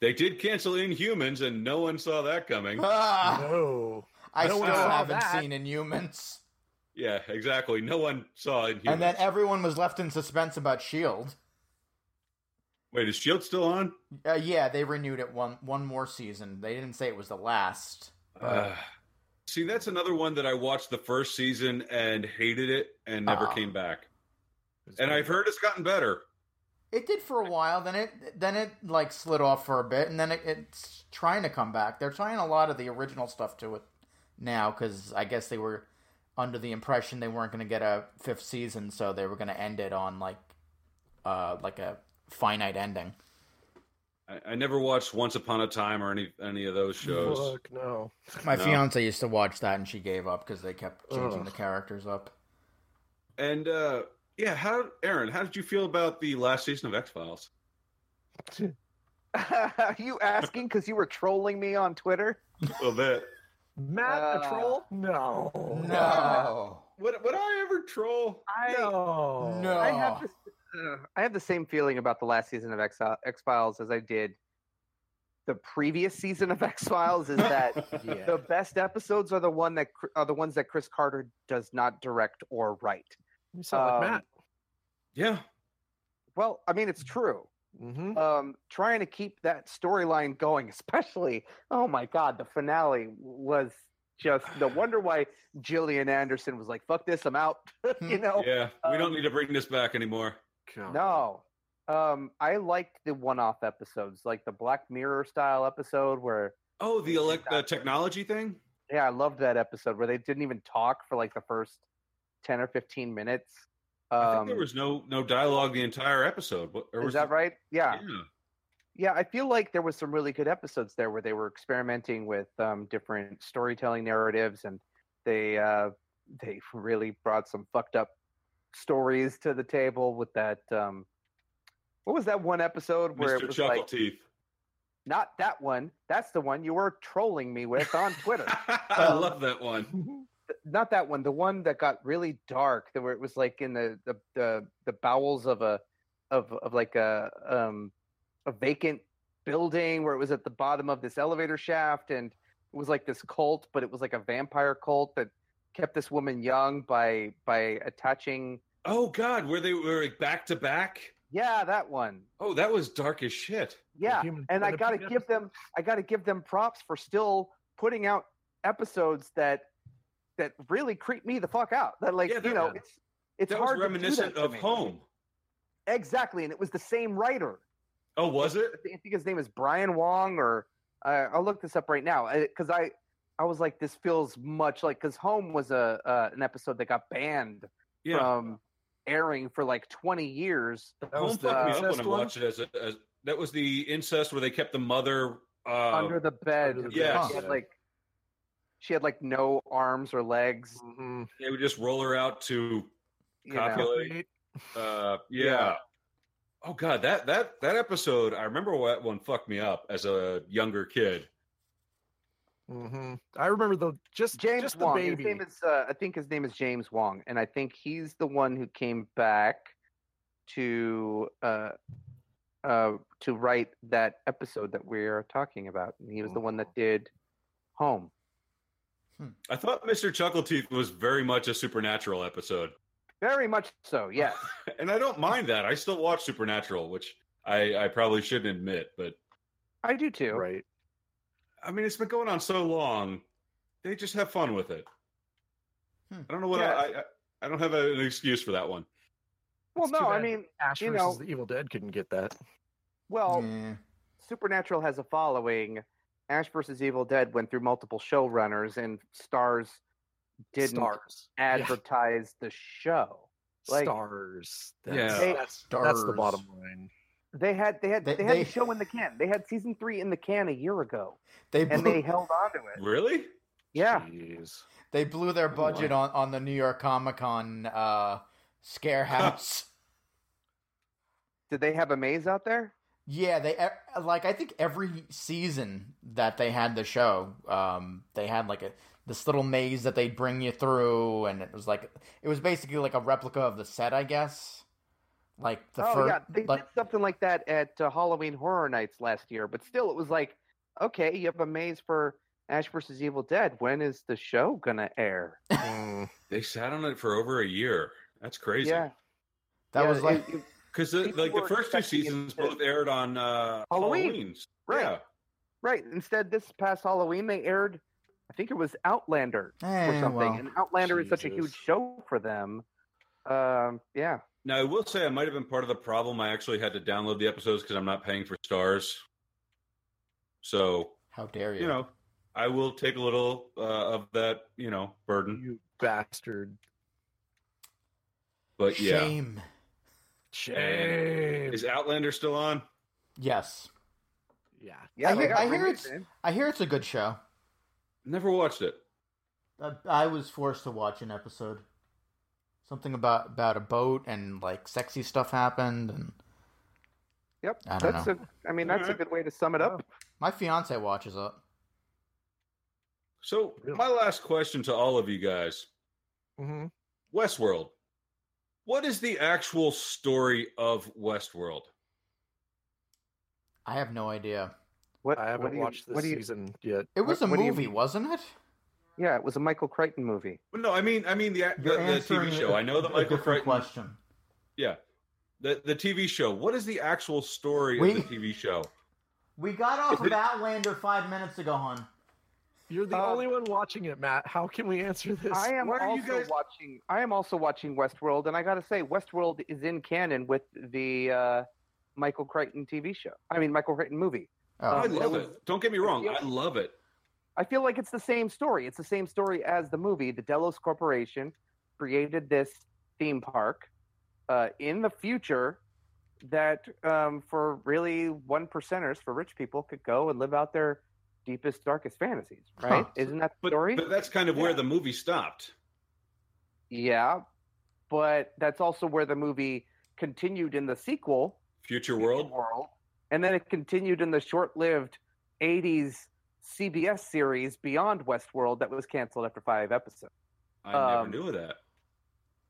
Speaker 5: They did cancel Inhumans, and no one saw that coming.
Speaker 4: Ah,
Speaker 6: No.
Speaker 4: I
Speaker 6: no
Speaker 4: still
Speaker 6: one saw
Speaker 4: haven't
Speaker 6: that.
Speaker 4: seen Inhumans.
Speaker 5: yeah, exactly. No one saw Inhumans.
Speaker 4: And then everyone was left in suspense about Shield.
Speaker 5: Wait, is Shield E still on?
Speaker 4: Uh, yeah, they renewed it one one more season. They didn't say it was the last.
Speaker 5: Uh, see, that's another one that I watched the first season and hated it and never
Speaker 4: Ah.
Speaker 5: came back. And I've heard it's gotten better.
Speaker 4: It did for a while, then it then it like slid off for a bit, and then it, it's trying to come back. They're trying a lot of the original stuff to it now because I guess they were under the impression they weren't going to get a fifth season, so they were going to end it on like uh like a finite ending.
Speaker 5: I, I never watched Once Upon a Time or any any of those shows.
Speaker 6: Fuck, no.
Speaker 4: My
Speaker 5: No.
Speaker 4: fiance used to watch that, and she gave up because they kept changing
Speaker 6: Ugh.
Speaker 4: the characters up.
Speaker 5: And uh, yeah, how Aaron, how did you feel about the last season of X Files?
Speaker 7: you asking because you were trolling me on Twitter?
Speaker 5: A little bit.
Speaker 6: Matt
Speaker 7: Uh,
Speaker 6: the troll? No.
Speaker 4: No,
Speaker 5: Would would I ever troll?
Speaker 7: I
Speaker 6: No.
Speaker 4: no.
Speaker 7: I have this, uh, I have the same feeling about the last season of X Files as I did the previous season of X Files. Is that
Speaker 6: Yeah.
Speaker 7: the best episodes are the one that Cr- are the ones that Chris Carter does not direct or write?
Speaker 6: You sound like
Speaker 7: Um,
Speaker 6: Matt.
Speaker 5: Yeah.
Speaker 7: Well, I mean, it's true.
Speaker 6: Mm-hmm.
Speaker 7: um, trying to keep that storyline going, especially, oh my God, the finale was just no wonder why Gillian Anderson was like, fuck this, I'm out. you know?
Speaker 5: Hmm, Yeah. We don't
Speaker 7: um,
Speaker 5: need to bring this back anymore.
Speaker 7: No. Um, I liked the one off episodes, like the Black Mirror style episode where,
Speaker 5: Oh, the elect the
Speaker 7: Exactly.
Speaker 5: technology thing?
Speaker 7: yeah, I loved that episode where they didn't even talk for like the first 10 or 15 minutes. Um,
Speaker 5: I think there was no no dialogue the entire episode. What- Or
Speaker 7: is
Speaker 5: was
Speaker 7: that right? Yeah.
Speaker 5: Yeah.
Speaker 7: yeah i feel like there was some really good episodes there where they were experimenting with um, different storytelling narratives and they uh, they really brought some fucked up stories to the table with that um, what was that one episode where it
Speaker 5: Mr.
Speaker 7: was
Speaker 5: Chuckle
Speaker 7: like
Speaker 5: Teeth.
Speaker 7: not that one that's the one you were trolling me with on twitter Um,
Speaker 5: I love that one.
Speaker 7: not that one the one that got really dark that where it was like in the the the, the bowels of a of of like a um a vacant building where it was at the bottom of this elevator shaft and it was like this cult but it was like a vampire cult that kept this woman young by by attaching
Speaker 5: Oh God, where they were like back to back.
Speaker 7: yeah that one
Speaker 5: Oh, that was dark as shit.
Speaker 7: yeah
Speaker 6: human
Speaker 7: and i gotta
Speaker 6: centipede
Speaker 7: give them i gotta give them props for still putting out episodes that that really creep me the fuck out that like
Speaker 5: Yeah,
Speaker 7: you
Speaker 5: that-
Speaker 7: know it's it's
Speaker 5: that was
Speaker 7: hard to do
Speaker 5: reminiscent
Speaker 7: that to
Speaker 5: of
Speaker 7: me.
Speaker 5: Home.
Speaker 7: Exactly, and it was the same writer.
Speaker 5: Oh, was it?
Speaker 7: I thi- I think his name is Brian Wong, or uh, I'll look this up right now because I, I was like, this feels much like because Home was a uh, an episode that got banned
Speaker 5: Yeah.
Speaker 7: from airing for like twenty years.
Speaker 6: That was
Speaker 5: Home fucked
Speaker 6: the
Speaker 5: me up when
Speaker 6: incest
Speaker 5: I
Speaker 6: one?
Speaker 5: watched it. As, a, as that was the incest where they kept the mother uh,
Speaker 7: under the bed,
Speaker 6: Under the
Speaker 5: Yes.
Speaker 7: she had
Speaker 5: Bed.
Speaker 7: like, she had like no arms or legs.
Speaker 6: Mhm.
Speaker 5: They would just roll her out to
Speaker 7: You know.
Speaker 5: copulate. Uh, yeah. Oh God, that that that episode. I remember that one fucked me up as a younger kid.
Speaker 6: Mm-hmm. I remember the just
Speaker 7: James
Speaker 6: just the
Speaker 7: Wong.
Speaker 6: baby.
Speaker 7: His name is, uh, I think his name is James Wong, and I think he's the one who came back to uh, uh, to write that episode that we are talking about. And he was the one
Speaker 6: Oh.
Speaker 7: that did Home.
Speaker 5: I thought Mr. Chuckleteeth was very much a supernatural episode,
Speaker 7: Very much so. Yes.
Speaker 5: and I don't mind that. I still watch Supernatural, which I, I probably shouldn't admit, but
Speaker 7: I do too.
Speaker 6: right.
Speaker 5: I mean, it's been going on so long. They just have fun with it.
Speaker 4: Hmm.
Speaker 5: I don't know what
Speaker 7: Yeah.
Speaker 5: I, I. I don't have an excuse for that one.
Speaker 7: Well,
Speaker 6: It's too
Speaker 7: no, I
Speaker 6: bad
Speaker 7: mean,
Speaker 6: Ash
Speaker 7: you
Speaker 6: versus
Speaker 7: know-
Speaker 6: the Evil Dead couldn't get that.
Speaker 7: well,
Speaker 4: Yeah.
Speaker 7: Supernatural has a following. Ash versus Evil Dead went through multiple showrunners, and Stars didn't
Speaker 6: Stars. Yeah.
Speaker 7: advertise the show. like-
Speaker 6: Stars.
Speaker 5: Yeah.
Speaker 7: They-
Speaker 6: that's, that's the
Speaker 4: Stars.
Speaker 6: bottom line.
Speaker 7: They had they had
Speaker 4: They-
Speaker 7: they, had
Speaker 4: they-
Speaker 7: the show in the can. They had season three in the can a year ago,
Speaker 4: They
Speaker 7: and
Speaker 4: blew-
Speaker 7: they held on to it.
Speaker 5: Really?
Speaker 7: Yeah,
Speaker 6: Jeez.
Speaker 4: They blew their budget
Speaker 6: wow.
Speaker 4: on, on the New York Comic Con uh, scare house.
Speaker 7: Did they have a maze out there?
Speaker 4: Yeah, they e- like I think every season that they had the show, um, they had like a this little maze that they'd bring you through, and it was like it was basically like a replica of the set, I guess. Like the
Speaker 7: oh
Speaker 4: first,
Speaker 7: yeah, they
Speaker 4: like,
Speaker 7: did something like that at uh, Halloween Horror Nights last year. But still, it was like, okay, you have a maze for Ash versus Evil Dead. When is the show gonna air?
Speaker 6: Mm.
Speaker 5: They sat on it for over a year. That's crazy.
Speaker 7: Yeah,
Speaker 4: that
Speaker 7: yeah,
Speaker 4: was like
Speaker 7: it- it-
Speaker 5: Because the,
Speaker 7: People
Speaker 5: like the
Speaker 7: were
Speaker 5: first two
Speaker 7: expecting it
Speaker 5: seasons
Speaker 7: to-
Speaker 5: both aired on uh,
Speaker 7: Halloween.
Speaker 5: Halloween's.
Speaker 7: Right.
Speaker 5: Yeah.
Speaker 7: right. Instead, this past Halloween they aired, I think it was Outlander or
Speaker 4: eh,
Speaker 7: something.
Speaker 4: well,
Speaker 7: and Outlander is such a huge
Speaker 5: Jesus.
Speaker 7: show for them. Um, yeah,
Speaker 5: Now I will say I might have been part of the problem. I actually had to download the episodes because I'm not paying for stars. So
Speaker 4: how dare you?
Speaker 5: you know, I will take a little uh, of that you know burden.
Speaker 6: You bastard.
Speaker 5: But yeah,
Speaker 4: shame.
Speaker 6: Shame.
Speaker 5: is Outlander still on?
Speaker 4: Yes,
Speaker 6: Yeah.
Speaker 7: yeah.
Speaker 4: I
Speaker 7: they
Speaker 4: hear-
Speaker 7: got
Speaker 4: I hear
Speaker 7: renewed,
Speaker 4: it's-
Speaker 7: man.
Speaker 4: I hear it's a good show.
Speaker 5: Never watched it.
Speaker 4: I, I was forced to watch an episode. Something about about a boat and like sexy stuff happened, and
Speaker 7: Yep,
Speaker 4: I don't
Speaker 7: that's
Speaker 4: know.
Speaker 7: a. I mean, that's a
Speaker 5: Alright.
Speaker 7: good way to sum it
Speaker 6: Oh,
Speaker 7: up.
Speaker 4: my fiance watches it.
Speaker 5: So
Speaker 6: Really?
Speaker 5: my last question to all of you guys:
Speaker 6: hmm
Speaker 5: Westworld. What is the actual story of Westworld?
Speaker 4: I have no idea.
Speaker 7: What
Speaker 6: I
Speaker 7: what
Speaker 6: haven't
Speaker 7: do you-
Speaker 6: watched
Speaker 7: what
Speaker 6: this
Speaker 7: do you-
Speaker 6: season yet.
Speaker 4: It was
Speaker 7: What-
Speaker 4: a
Speaker 7: what do you
Speaker 4: movie,
Speaker 7: mean?
Speaker 4: wasn't it?
Speaker 7: Yeah, it was a Michael Crichton movie.
Speaker 5: Well, No, I mean, I mean the the,
Speaker 4: You're
Speaker 5: the TV
Speaker 4: answering
Speaker 5: show.
Speaker 4: a-
Speaker 5: I know the
Speaker 4: a
Speaker 5: Michael
Speaker 4: different
Speaker 5: Crichton.
Speaker 4: question.
Speaker 5: Yeah, the the TV show. What is the actual story
Speaker 4: We-
Speaker 5: of the TV show?
Speaker 4: We got off of Outlander five minutes ago, hon.
Speaker 6: You're the
Speaker 7: Uh,
Speaker 6: only one watching it, Matt. How can we answer this?
Speaker 7: I am
Speaker 5: what are
Speaker 7: also
Speaker 5: you guys-
Speaker 7: watching. I am also watching Westworld, and I gotta say, Westworld is in canon with the uh, Michael Crichton TV show. I mean, Michael Crichton movie.
Speaker 4: Oh,
Speaker 5: I
Speaker 7: Um, that
Speaker 5: love
Speaker 7: was-
Speaker 5: it. Don't get me wrong.
Speaker 7: Yeah.
Speaker 5: I love it.
Speaker 7: I feel like it's the same story. It's the same story as the movie. The Delos Corporation created this theme park uh, in the future that, um, for really one percenters, for rich people, could go and live out their deepest, darkest fantasies. Right?
Speaker 4: Huh.
Speaker 7: Isn't that the
Speaker 5: But,
Speaker 7: story?
Speaker 5: but that's kind of where the movie stopped.
Speaker 7: Yeah, but that's also where the movie continued in the sequel,
Speaker 5: Future
Speaker 7: Future
Speaker 5: World.
Speaker 7: and then it continued in the short-lived '80s CBS series Beyond Westworld that was canceled after five episodes.
Speaker 5: I
Speaker 7: Um,
Speaker 5: never knew that.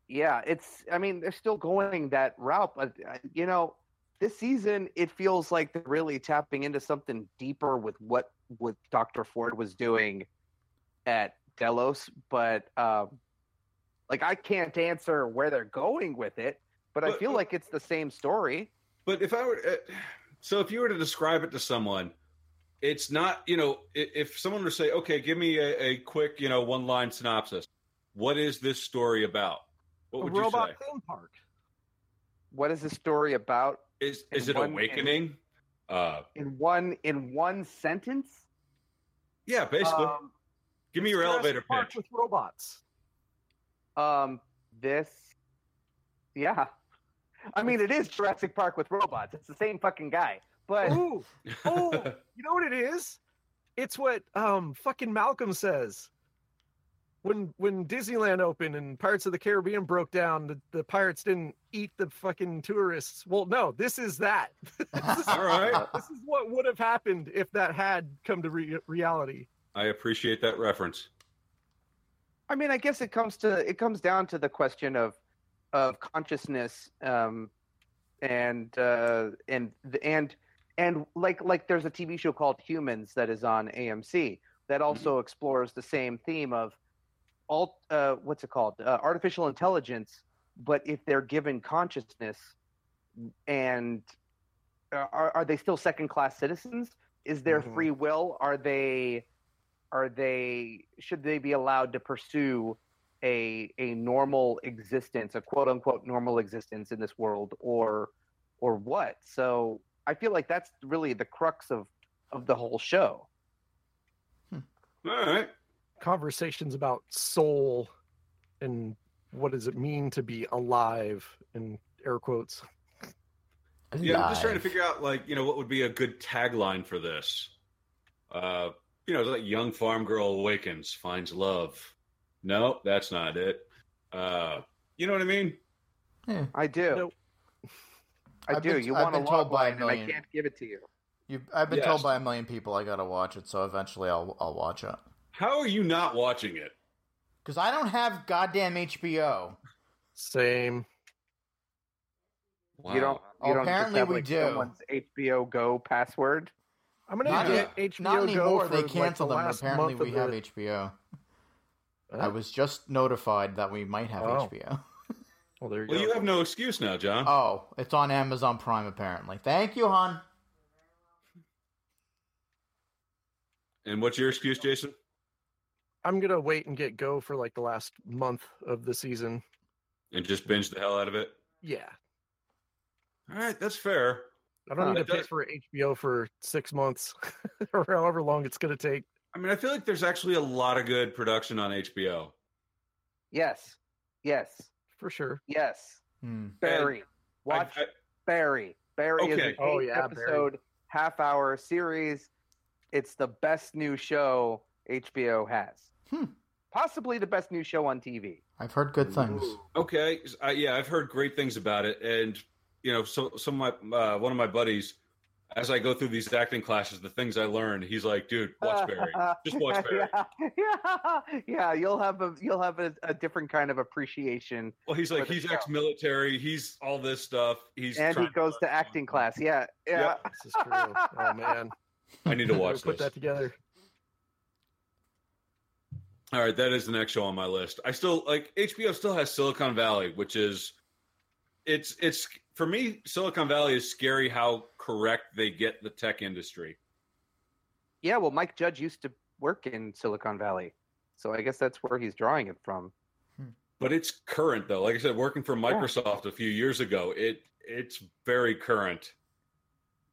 Speaker 7: Yeah, it's. I mean, they're still going that route, but uh, you know, this season it feels like they're really tapping into something deeper with what with Dr. Ford was doing at Delos, but um, like I can't answer where they're going with it, but, I
Speaker 5: But-
Speaker 7: feel like it's the same story.
Speaker 5: But if I were, uh, so if you were to describe it to someone, it's not, you know, i- if someone were to say, okay, give me a, a quick, you know, one line synopsis, what is this story about? What
Speaker 6: a
Speaker 5: would you
Speaker 6: robot
Speaker 5: say?
Speaker 6: theme park.
Speaker 7: What is the story about
Speaker 5: Is,
Speaker 7: in
Speaker 5: is it
Speaker 7: one-
Speaker 5: awakening? Uh,
Speaker 7: in one in one sentence?
Speaker 5: yeah, basically.
Speaker 7: Um,
Speaker 5: give me your
Speaker 6: Jurassic
Speaker 5: elevator
Speaker 6: Park
Speaker 5: pitch.
Speaker 6: with robots.
Speaker 7: um, this, yeah. I mean, it is Jurassic Park with robots. It's the same fucking guy, but.
Speaker 6: Ooh, oh, you know what it is? It's what um fucking Malcolm says. When when Disneyland opened and Pirates of the Caribbean broke down, the, the pirates didn't eat the fucking tourists. Well, no, this is that. this, is,
Speaker 5: All right.
Speaker 6: this is what would have happened if that had come to re- reality.
Speaker 5: I appreciate that reference.
Speaker 7: I mean, I guess it comes to it comes down to the question of of consciousness um, and uh, and the- and and like like there's a TV show called Humans that is on AMC that also explores the same theme of alt uh, what's it called uh, artificial intelligence, but if they're given consciousness and uh, are are they still second class citizens? Is there
Speaker 6: Mhm.
Speaker 7: free will? Are they are they should they be allowed to pursue a a normal existence, a quote unquote normal existence in this world, or or what? So I feel like that's really the crux of of the whole show.
Speaker 5: All right.
Speaker 6: Conversations about soul and what does it mean to be alive in air quotes.
Speaker 5: Yeah, I'm just trying to
Speaker 4: Live.
Speaker 5: figure out, like, you know, what would be a good tagline for this. Uh, you know, like young farm girl awakens, finds love. No, that's not it. Uh, you know what I mean?
Speaker 7: I do.
Speaker 6: Nope.
Speaker 7: I
Speaker 4: I've
Speaker 7: do.
Speaker 4: been-
Speaker 7: you
Speaker 4: I've
Speaker 7: want a
Speaker 4: been told
Speaker 7: log
Speaker 4: by a
Speaker 7: line, and I
Speaker 4: million.
Speaker 7: can't give it to you.
Speaker 4: You, I've been
Speaker 5: Yes.
Speaker 4: told by a million people I gotta watch it, so eventually I'll I'll watch it.
Speaker 5: How are you not watching it?
Speaker 4: Because I don't have goddamn HBO.
Speaker 6: Same.
Speaker 5: Wow.
Speaker 7: You don't. You don't just
Speaker 4: Apparently
Speaker 7: have,
Speaker 4: we
Speaker 7: like,
Speaker 4: do.
Speaker 7: someone's HBO Go password.
Speaker 6: I'm gonna
Speaker 4: Not
Speaker 6: get
Speaker 4: any-
Speaker 6: HBO
Speaker 4: Not
Speaker 6: Go
Speaker 4: anymore.
Speaker 6: for
Speaker 4: They
Speaker 6: like,
Speaker 4: canceled
Speaker 6: the
Speaker 4: them.
Speaker 6: last
Speaker 4: Apparently
Speaker 6: month
Speaker 4: we
Speaker 6: of
Speaker 4: have
Speaker 6: the-
Speaker 4: HBO.
Speaker 6: Huh?
Speaker 4: I was just notified that we might have
Speaker 6: Oh.
Speaker 4: HBO.
Speaker 6: Well, there you
Speaker 5: Well,
Speaker 6: go.
Speaker 5: you have no excuse now, John.
Speaker 4: Oh, it's on Amazon Prime apparently. Thank you, hon.
Speaker 5: and what's your excuse, Jason?
Speaker 6: I'm gonna wait and get Go for like the last month of the season.
Speaker 5: And just binge the hell out of it.
Speaker 6: Yeah,
Speaker 5: All right, that's fair.
Speaker 6: I don't
Speaker 4: Huh.
Speaker 6: need
Speaker 5: It
Speaker 6: to pay
Speaker 5: does-
Speaker 6: for HBO for six months or however long it's gonna take.
Speaker 5: I mean, I feel like there's actually a lot of good production on HBO.
Speaker 7: Yes. Yes.
Speaker 6: For sure.
Speaker 7: Yes.
Speaker 4: Hmm.
Speaker 7: Barry. Watch
Speaker 5: I, I,
Speaker 7: Barry. Barry is
Speaker 5: Okay.
Speaker 7: an
Speaker 6: Oh,
Speaker 7: eight
Speaker 6: yeah, Barry.
Speaker 7: episode half hour series. It's the best new show HBO has.
Speaker 4: Hmm.
Speaker 7: Possibly the best new show on TV.
Speaker 4: I've heard good things.
Speaker 5: Okay, I, yeah, I've heard great things about it, and you know, so some of my uh, one of my buddies, as I go through these acting classes, the things I learn, he's like, "Dude, watch Barry. Just watch Barry."
Speaker 7: yeah, yeah, yeah. You'll have a you'll have a, a different kind of appreciation,
Speaker 5: Well, he's
Speaker 7: For
Speaker 5: like,
Speaker 7: the
Speaker 5: he's
Speaker 7: show.
Speaker 5: ex-military, he's all this stuff. He's
Speaker 7: and he
Speaker 5: trying
Speaker 7: goes to acting class. Yeah, yeah.
Speaker 6: This is true. oh man.
Speaker 5: I need to
Speaker 6: Gotta
Speaker 5: watch
Speaker 6: put
Speaker 5: this.
Speaker 6: that together.
Speaker 5: All right, that is the next show on my list. I still like HBO. Still has Silicon Valley, which is it's it's for me. Silicon Valley is scary how correct they get the tech industry.
Speaker 7: Yeah, well, Mike Judge used to work in Silicon Valley, so I guess that's where he's drawing it from.
Speaker 5: but it's current though like i said working for microsoft a few years ago it it's very current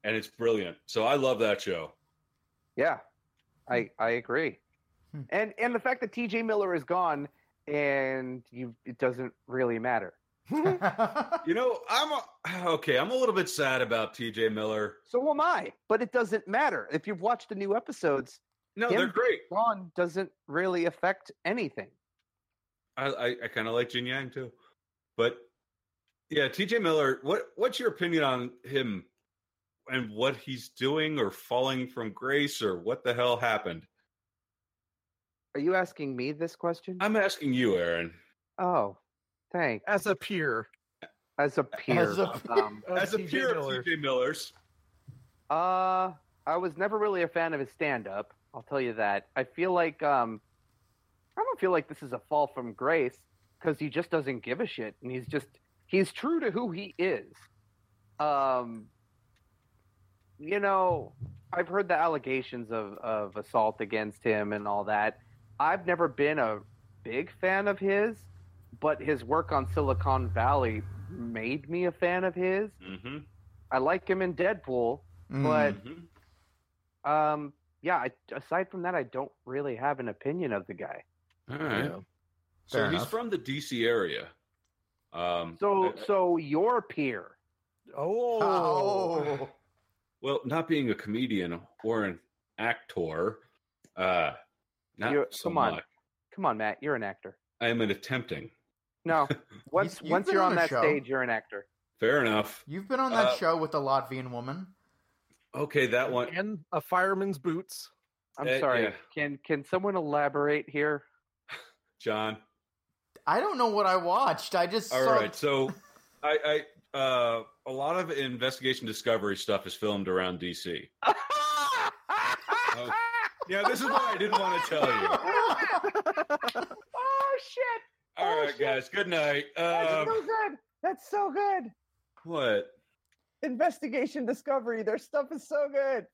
Speaker 5: and it's brilliant so i love that show
Speaker 7: Yeah, I I agree.
Speaker 4: Hmm.
Speaker 7: And and the fact that T.J. Miller is gone and you it doesn't really matter.
Speaker 5: you know i'm a, okay i'm a little bit sad about tj miller
Speaker 7: So am I, but it doesn't matter if you've watched the new episodes.
Speaker 5: no
Speaker 7: Yeah.
Speaker 5: they're great
Speaker 7: Gone doesn't really affect anything.
Speaker 5: i i, I kind of like jin yang too but yeah tj miller what what's your opinion on him and what he's doing or falling from grace or what the hell happened
Speaker 7: Are you asking me this question?
Speaker 5: i'm asking you aaron
Speaker 7: oh, thanks.
Speaker 6: As a peer.
Speaker 7: As a peer,
Speaker 4: As a peer.
Speaker 7: um,
Speaker 6: of
Speaker 5: as a
Speaker 6: T.J.
Speaker 5: peer
Speaker 6: Miller.
Speaker 5: of tj miller's
Speaker 7: Uh, I was never really a fan of his stand up. I'll tell you that. I feel like um, I don't feel like this is a fall from grace because he just doesn't give a shit, and he's just he's true to who he is. Um, you know, I've heard the allegations of of assault against him and all that. I've never been a big fan of his, but his work on Silicon Valley made me a fan of his.
Speaker 5: mm-hmm.
Speaker 7: I like him in Deadpool.
Speaker 4: Mm.
Speaker 7: But-
Speaker 5: hmm
Speaker 7: Um, yeah. I, aside from that, I don't really have an opinion of the guy.
Speaker 5: all right
Speaker 6: Yeah.
Speaker 5: So
Speaker 4: Fair
Speaker 5: he's
Speaker 4: enough.
Speaker 5: from the DC area. Um,
Speaker 7: So,
Speaker 5: I- I-
Speaker 7: so your peer.
Speaker 6: Oh,
Speaker 4: Oh.
Speaker 5: well, not being a comedian or an actor, uh, not
Speaker 7: You're-
Speaker 5: so
Speaker 7: come on.
Speaker 5: much.
Speaker 7: Come on, Matt. You're an actor.
Speaker 5: I am an attempting.
Speaker 7: No, once
Speaker 4: you've
Speaker 7: once
Speaker 4: been
Speaker 7: you're
Speaker 4: on
Speaker 7: on
Speaker 4: the
Speaker 7: that
Speaker 4: show.
Speaker 7: stage, you're an actor.
Speaker 5: Fair enough.
Speaker 4: You've been on that
Speaker 5: Uh,
Speaker 4: show with the Latvian woman.
Speaker 5: Okay, that one.
Speaker 6: And a fireman's boots.
Speaker 7: I'm
Speaker 5: Uh,
Speaker 7: sorry.
Speaker 5: yeah.
Speaker 7: Can can someone elaborate here?
Speaker 5: John.
Speaker 4: I don't know what I watched. I just
Speaker 5: All
Speaker 4: saw
Speaker 5: right. So, I, I uh, a lot of investigation discovery stuff is filmed around DC. Yeah, this is what I didn't want to tell you.
Speaker 7: oh shit!
Speaker 5: All right, guys. Good night.
Speaker 7: That's
Speaker 5: Um,
Speaker 7: so good. That's so good.
Speaker 5: what
Speaker 7: Investigation Discovery. Their stuff is so good.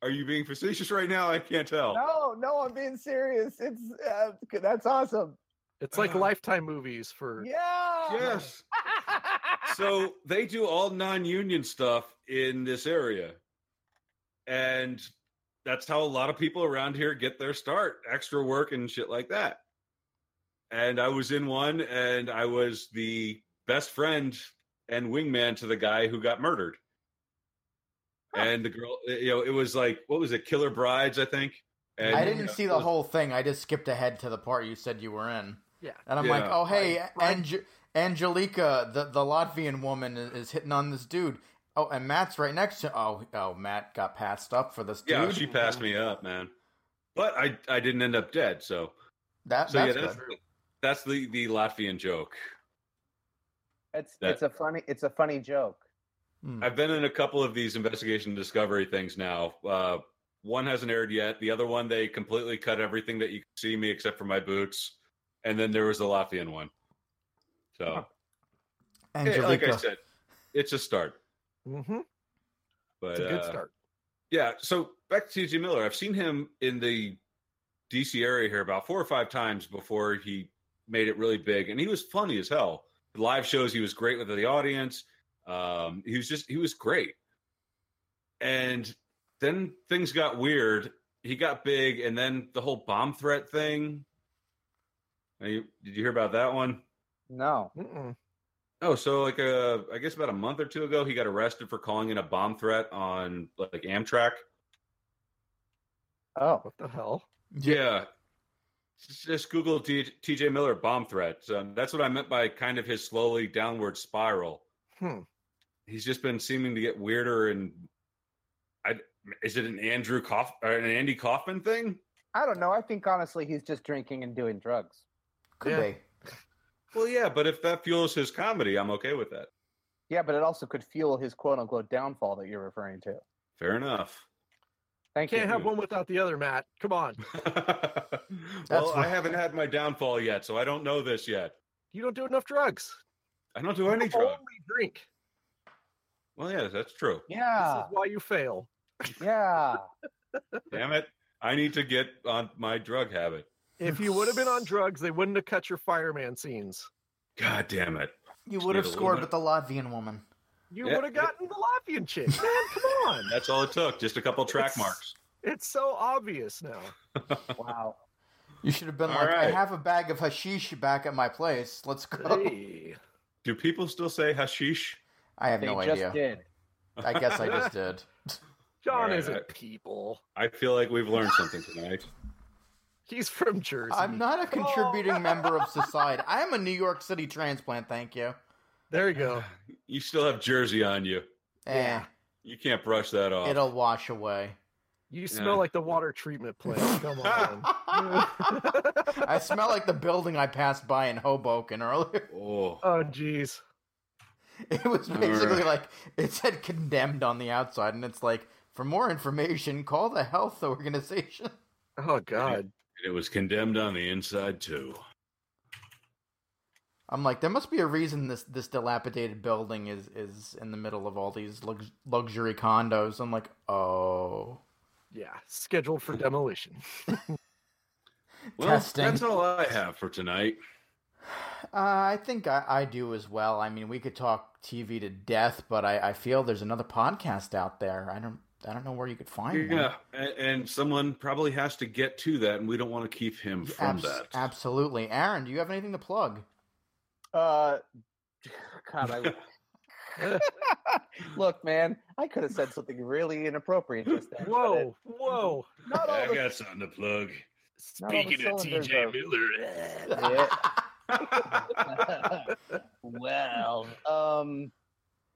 Speaker 5: are you being facetious right now? I can't tell.
Speaker 7: No, no, I'm being serious. It's uh, that's awesome.
Speaker 6: It's like
Speaker 5: Uh,
Speaker 6: lifetime movies for
Speaker 7: Yeah.
Speaker 5: Yes. so they do all non-union stuff in this area and that's how a lot of people around here get their start extra work and shit like that and i was in one and i was the best friend and wingman to the guy who got murdered and the girl you know it was like what was it killer brides i think and
Speaker 4: I didn't
Speaker 5: uh,
Speaker 4: see
Speaker 5: it
Speaker 4: the
Speaker 5: was-
Speaker 4: whole thing. I just skipped ahead to the part you said you were in.
Speaker 6: Yeah.
Speaker 4: And I'm like,
Speaker 5: Yeah.
Speaker 4: oh hey,
Speaker 6: Right.
Speaker 4: and you Angelica, the, the Latvian woman, is, is hitting on this dude. Oh, and Matt's right next to. Oh, oh, Matt got passed up for this dude.
Speaker 5: Yeah, she passed me up, man. But I I didn't end up dead, so
Speaker 4: that,
Speaker 5: so
Speaker 4: that's
Speaker 5: yeah, that's
Speaker 4: good.
Speaker 5: that's the the Latvian joke.
Speaker 7: It's
Speaker 5: That-
Speaker 7: it's a funny it's a funny joke.
Speaker 4: Hmm.
Speaker 5: I've been in a couple of these investigation discovery things now. Uh, one hasn't aired yet. The other one, they completely cut everything that you can see me except for my boots. And then there was the Latvian one. So, eh,
Speaker 4: Angelica.
Speaker 5: like I said, it's a start.
Speaker 6: Mm-hmm.
Speaker 5: But
Speaker 6: It's a good
Speaker 5: uh,
Speaker 6: start.
Speaker 5: yeah, so back to T.J. Miller. I've seen him in the DC area here about four or five times before he made it really big, and he was funny as hell. The live shows, he was great with the audience. Um, he was just he was great. And then things got weird. He got big, and then the whole bomb threat thing. Are you- Did you hear about that one?
Speaker 7: No.
Speaker 6: Mm-mm.
Speaker 5: Oh, so like uh, I guess about a month or two ago, he got arrested for calling in a bomb threat on like Amtrak.
Speaker 7: Oh,
Speaker 6: What the hell?
Speaker 5: Yeah. Just Google D- TJ Miller bomb threats. Um, that's what I meant by kind of his slowly downward spiral.
Speaker 6: Hmm.
Speaker 5: He's just been seeming to get weirder. And I, is it an Andrew Kauf or an Andy Kaufman thing?
Speaker 7: I don't know. I think honestly, he's just drinking and doing drugs.
Speaker 4: Could
Speaker 6: Yeah.
Speaker 4: be.
Speaker 5: Well, yeah, but if that fuels his comedy, I'm okay with that.
Speaker 7: Yeah, but it also could fuel his quote unquote downfall that you're referring to.
Speaker 5: Fair enough.
Speaker 7: Thank
Speaker 6: Can't
Speaker 7: you.
Speaker 6: have one without the other, Matt. Come on.
Speaker 5: well,
Speaker 4: what-
Speaker 5: I haven't had my downfall yet, so I don't know this yet.
Speaker 6: You don't do enough drugs.
Speaker 5: I don't do any
Speaker 6: You
Speaker 5: drugs.
Speaker 6: Only drink.
Speaker 5: Well, yeah, that's true.
Speaker 7: yeah,
Speaker 6: This is why you fail.
Speaker 7: yeah.
Speaker 5: Damn it. I need to get on my drug habit.
Speaker 6: If you would have been on drugs, they wouldn't have cut your fireman scenes.
Speaker 5: God damn it.
Speaker 4: You
Speaker 5: Just
Speaker 4: would
Speaker 5: need
Speaker 4: have
Speaker 5: a little
Speaker 4: scored
Speaker 5: bit.
Speaker 4: with the Latvian woman.
Speaker 6: You
Speaker 5: Yeah,
Speaker 6: would have
Speaker 5: it-
Speaker 6: gotten the Latvian chick. Man, come on.
Speaker 5: That's all it took. Just a couple track
Speaker 6: It's-
Speaker 5: marks.
Speaker 6: It's so obvious now.
Speaker 7: Wow.
Speaker 4: You should have been
Speaker 5: All
Speaker 4: like, I
Speaker 5: right.
Speaker 4: have a bag of hashish back at my place. Let's go.
Speaker 6: Hey.
Speaker 5: Do people still say hashish?
Speaker 4: I have
Speaker 7: They
Speaker 4: no
Speaker 7: just
Speaker 4: idea.
Speaker 7: did.
Speaker 4: I guess I just did.
Speaker 6: John
Speaker 5: Alright,
Speaker 6: isn't
Speaker 5: I-
Speaker 6: people.
Speaker 5: I feel like we've learned something tonight.
Speaker 6: He's from Jersey.
Speaker 4: I'm not a contributing
Speaker 6: Oh.
Speaker 4: member of society. I'm a New York City transplant, thank you.
Speaker 6: There you go.
Speaker 5: You still have Jersey on you.
Speaker 4: Eh,
Speaker 5: You can't brush that off.
Speaker 4: it'll wash away.
Speaker 6: You
Speaker 5: Yeah.
Speaker 6: smell like the water treatment plant. Come on. Oh,
Speaker 4: I smell like the building I passed by in Hoboken earlier.
Speaker 5: Oh,
Speaker 6: oh, jeez.
Speaker 4: It was
Speaker 5: All
Speaker 4: basically
Speaker 5: right.
Speaker 4: like it said condemned on the outside, and it's like, for more information, call the health organization.
Speaker 6: Oh, God.
Speaker 5: it was condemned on the inside too.
Speaker 4: I'm like, there must be a reason this this dilapidated building is is in the middle of all these lux- luxury condos. I'm like, oh,
Speaker 6: Yeah. Scheduled for demolition.
Speaker 5: Well,
Speaker 4: Testing.
Speaker 5: that's all I have for tonight.
Speaker 4: uh, I think I, I do as well. I mean, we could talk TV to death, but I, I feel there's another podcast out there. I don't I don't know where you could find one.
Speaker 5: Yeah, and, and someone probably has to get to that, and we don't want to keep him from
Speaker 4: Abs-
Speaker 5: that.
Speaker 4: Absolutely, Aaron. Do you have anything to plug?
Speaker 7: Uh, God, I look, man. I could have said something really inappropriate just then. but it-
Speaker 6: Whoa. Whoa.
Speaker 7: Not all
Speaker 5: I
Speaker 7: the
Speaker 5: got something to plug.
Speaker 7: Not all the
Speaker 5: Speaking of
Speaker 7: cylinders
Speaker 5: TJ
Speaker 7: are-
Speaker 5: Miller,
Speaker 7: well, um,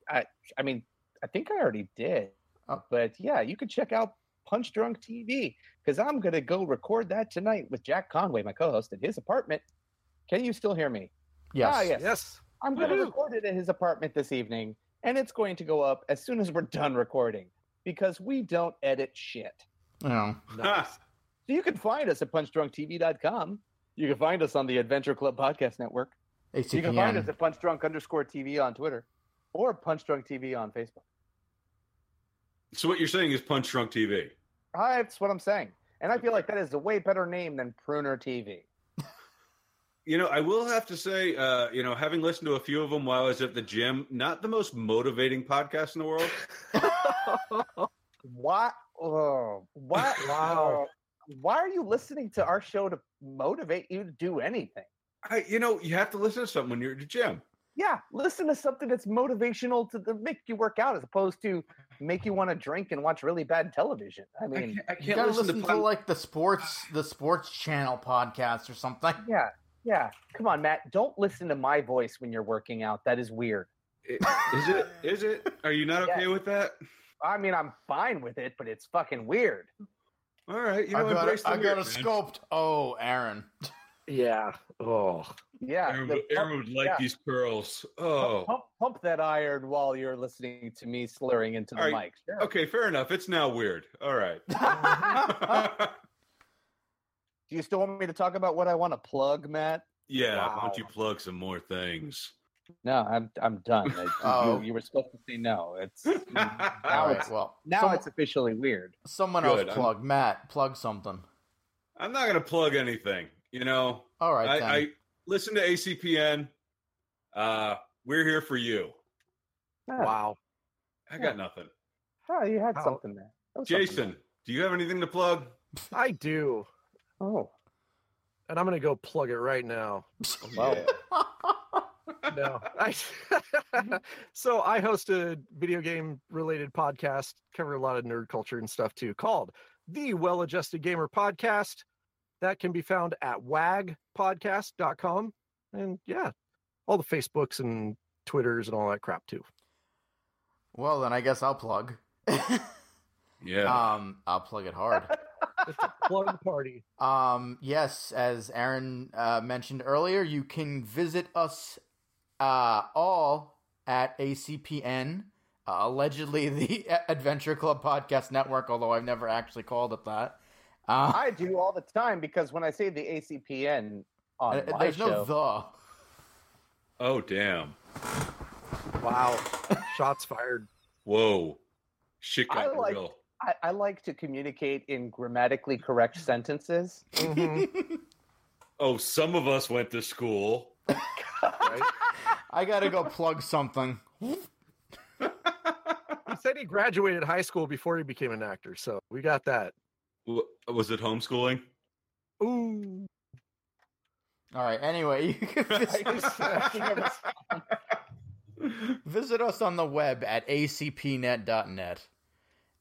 Speaker 7: I I mean, I think I already did,
Speaker 4: Oh.
Speaker 7: but yeah, you can check out Punch Drunk TV because I'm gonna go record that tonight with Jack Conway, my co-host, at his apartment. Can you still hear me?
Speaker 4: Yes.
Speaker 7: Ah, yes.
Speaker 6: Yes.
Speaker 7: I'm gonna
Speaker 6: Woo.
Speaker 7: record it at his apartment this evening, and it's going to go up as soon as we're done recording because we don't edit shit.
Speaker 4: Yeah.
Speaker 6: Nice.
Speaker 7: So you can find us at punchdrunktv.com. You can find us on the Adventure Club Podcast Network. You can find us
Speaker 4: ACPN.
Speaker 7: at Punch Drunk underscore TV on Twitter or Punch Drunk TV on Facebook.
Speaker 5: So what you're saying is Punch Drunk TV.
Speaker 7: Hi, that's what I'm saying. And I feel like that is a way better name than Pruner TV.
Speaker 5: You know, I will have to say, uh, you know, having listened to a few of them while I was at the gym, not the most motivating podcast in the world.
Speaker 7: Why? Oh, why? oh,
Speaker 6: Wow.
Speaker 7: why are you listening to our show to motivate you to do anything?
Speaker 5: I, you know, you have to listen to something when you're at the gym.
Speaker 7: Yeah, listen to something that's motivational to, to make you work out as opposed to make you want to drink and watch really bad television. I
Speaker 5: I
Speaker 7: mean,
Speaker 5: can't, I
Speaker 4: You
Speaker 5: can't
Speaker 4: gotta
Speaker 5: listen,
Speaker 4: listen
Speaker 5: to,
Speaker 4: to
Speaker 5: Pun-
Speaker 4: like the sports the sports channel podcast or something.
Speaker 7: yeah, Yeah, come on, Matt. Don't listen to my voice when you're working out. That is weird.
Speaker 5: I- Is it? Is it? Are you not okay with that?
Speaker 7: I mean, I'm fine with it, but it's fucking weird.
Speaker 5: All right, you
Speaker 4: I
Speaker 5: know,
Speaker 4: got,
Speaker 5: embrace
Speaker 4: a,
Speaker 5: the
Speaker 4: I got a
Speaker 5: weird, man.
Speaker 4: sculpt. Oh, Aaron.
Speaker 6: Yeah. Oh.
Speaker 7: Yeah.
Speaker 5: Aaron,
Speaker 7: the
Speaker 5: would-
Speaker 7: pump-
Speaker 5: Aaron would like
Speaker 7: yeah.
Speaker 5: these curls.
Speaker 7: pump,
Speaker 5: Oh,
Speaker 7: pump, pump that iron while you're listening to me slurring into the
Speaker 5: All right.
Speaker 7: mic. Sure.
Speaker 5: okay, fair enough. It's now weird. All right.
Speaker 7: Do you still want me to talk about what I want to plug, Matt?
Speaker 5: yeah, why
Speaker 7: Wow.
Speaker 5: don't you plug some more things?
Speaker 7: No, I'm I'm done. I- you-
Speaker 4: Oh.
Speaker 7: you, you were supposed to say no. It's
Speaker 4: Mm-hmm. All
Speaker 7: Now
Speaker 4: right.
Speaker 7: it's-
Speaker 4: Well,
Speaker 7: now
Speaker 4: some-
Speaker 7: it's officially weird.
Speaker 4: someone
Speaker 5: Good,
Speaker 4: else
Speaker 5: I'm-
Speaker 4: plug. Matt, plug something.
Speaker 5: I'm not gonna plug anything. You know,
Speaker 4: All right. then.
Speaker 5: I, I listen to ACPN. Uh, we're here for you.
Speaker 6: Wow.
Speaker 5: I got nothing.
Speaker 7: Oh, you had
Speaker 6: How-
Speaker 7: something there. That was something
Speaker 5: Jason, do you have anything to plug?
Speaker 6: I do.
Speaker 7: there. Oh,
Speaker 6: And I'm gonna go plug it right now.
Speaker 7: well,
Speaker 6: no. I, so I host a video game related podcast, cover a lot of nerd culture and stuff too, called the Well Adjusted Gamer Podcast. That can be found at wagpodcast.com. And yeah, all the Facebooks and Twitters and all that crap too.
Speaker 4: well, then I guess I'll plug.
Speaker 5: Yeah.
Speaker 4: um, I'll plug it hard.
Speaker 6: It's a plug party.
Speaker 4: Um, yes, as Aaron uh, mentioned earlier, you can visit us uh, all at ACPN, uh, allegedly the Adventure Club Podcast Network, although I've never actually called it that. Uh,
Speaker 7: I do all the time because when I say the ACPN on
Speaker 4: uh,
Speaker 7: my
Speaker 4: there's
Speaker 7: show,
Speaker 4: no the.
Speaker 5: oh damn.
Speaker 6: Wow. Shots fired.
Speaker 5: Whoa. Shit
Speaker 7: I
Speaker 5: got
Speaker 7: like-
Speaker 5: real.
Speaker 7: I, I like to communicate in grammatically correct sentences.
Speaker 6: Mhm,
Speaker 5: Oh, some of us went to school.
Speaker 6: right?
Speaker 4: I gotta go plug something.
Speaker 6: He said he graduated high school before he became an actor. So we got that.
Speaker 5: W- Was it homeschooling?
Speaker 6: Ooh.
Speaker 4: All right. Anyway, you can visit, visit us on the web at acpnet.net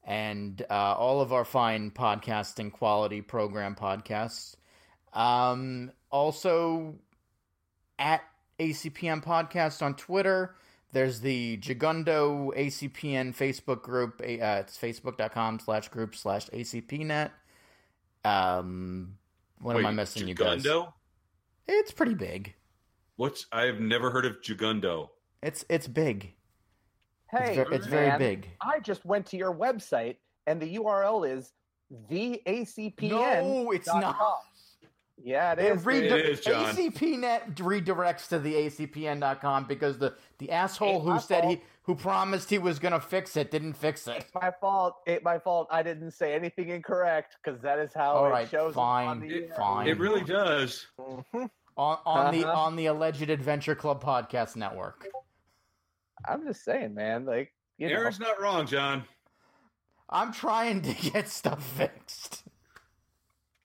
Speaker 4: and uh, all of our fine podcasting quality program podcasts. Um, also, at ACPN Podcast on Twitter. There's the Gigundo ACPN Facebook group. eh, Uh, it's facebook.com slash group slash ACPnet. Um, what am I
Speaker 5: Wait,
Speaker 4: missing, you guys?
Speaker 5: Jugundo?
Speaker 4: It's pretty big.
Speaker 5: What's I've never heard of Jugundo.
Speaker 4: It's it's big.
Speaker 7: Hey,
Speaker 4: it's, ver- it's very
Speaker 7: man,
Speaker 4: big.
Speaker 7: I just went to your website and the URL is theacpn.
Speaker 4: No, it's not.
Speaker 7: Yeah, it
Speaker 4: It
Speaker 7: is.
Speaker 4: rede-
Speaker 5: It
Speaker 7: dude.
Speaker 5: is, John.
Speaker 4: ACPNet redirects to the ACPN.com because the, the asshole who
Speaker 7: my
Speaker 4: said
Speaker 7: fault.
Speaker 4: he who promised he was gonna fix it didn't fix it.
Speaker 7: my fault. Ain't my fault. I didn't say anything incorrect because that is how
Speaker 4: All
Speaker 7: it
Speaker 4: right,
Speaker 7: shows. up on
Speaker 4: fine,
Speaker 7: the air.
Speaker 4: fine.
Speaker 5: It really does.
Speaker 6: Mhm.
Speaker 4: On, on the
Speaker 7: Uh-huh.
Speaker 4: on the alleged Adventure Club podcast network.
Speaker 7: I'm just saying, man. Like, you know,
Speaker 5: Aaron's not wrong, John.
Speaker 4: I'm trying to get stuff fixed.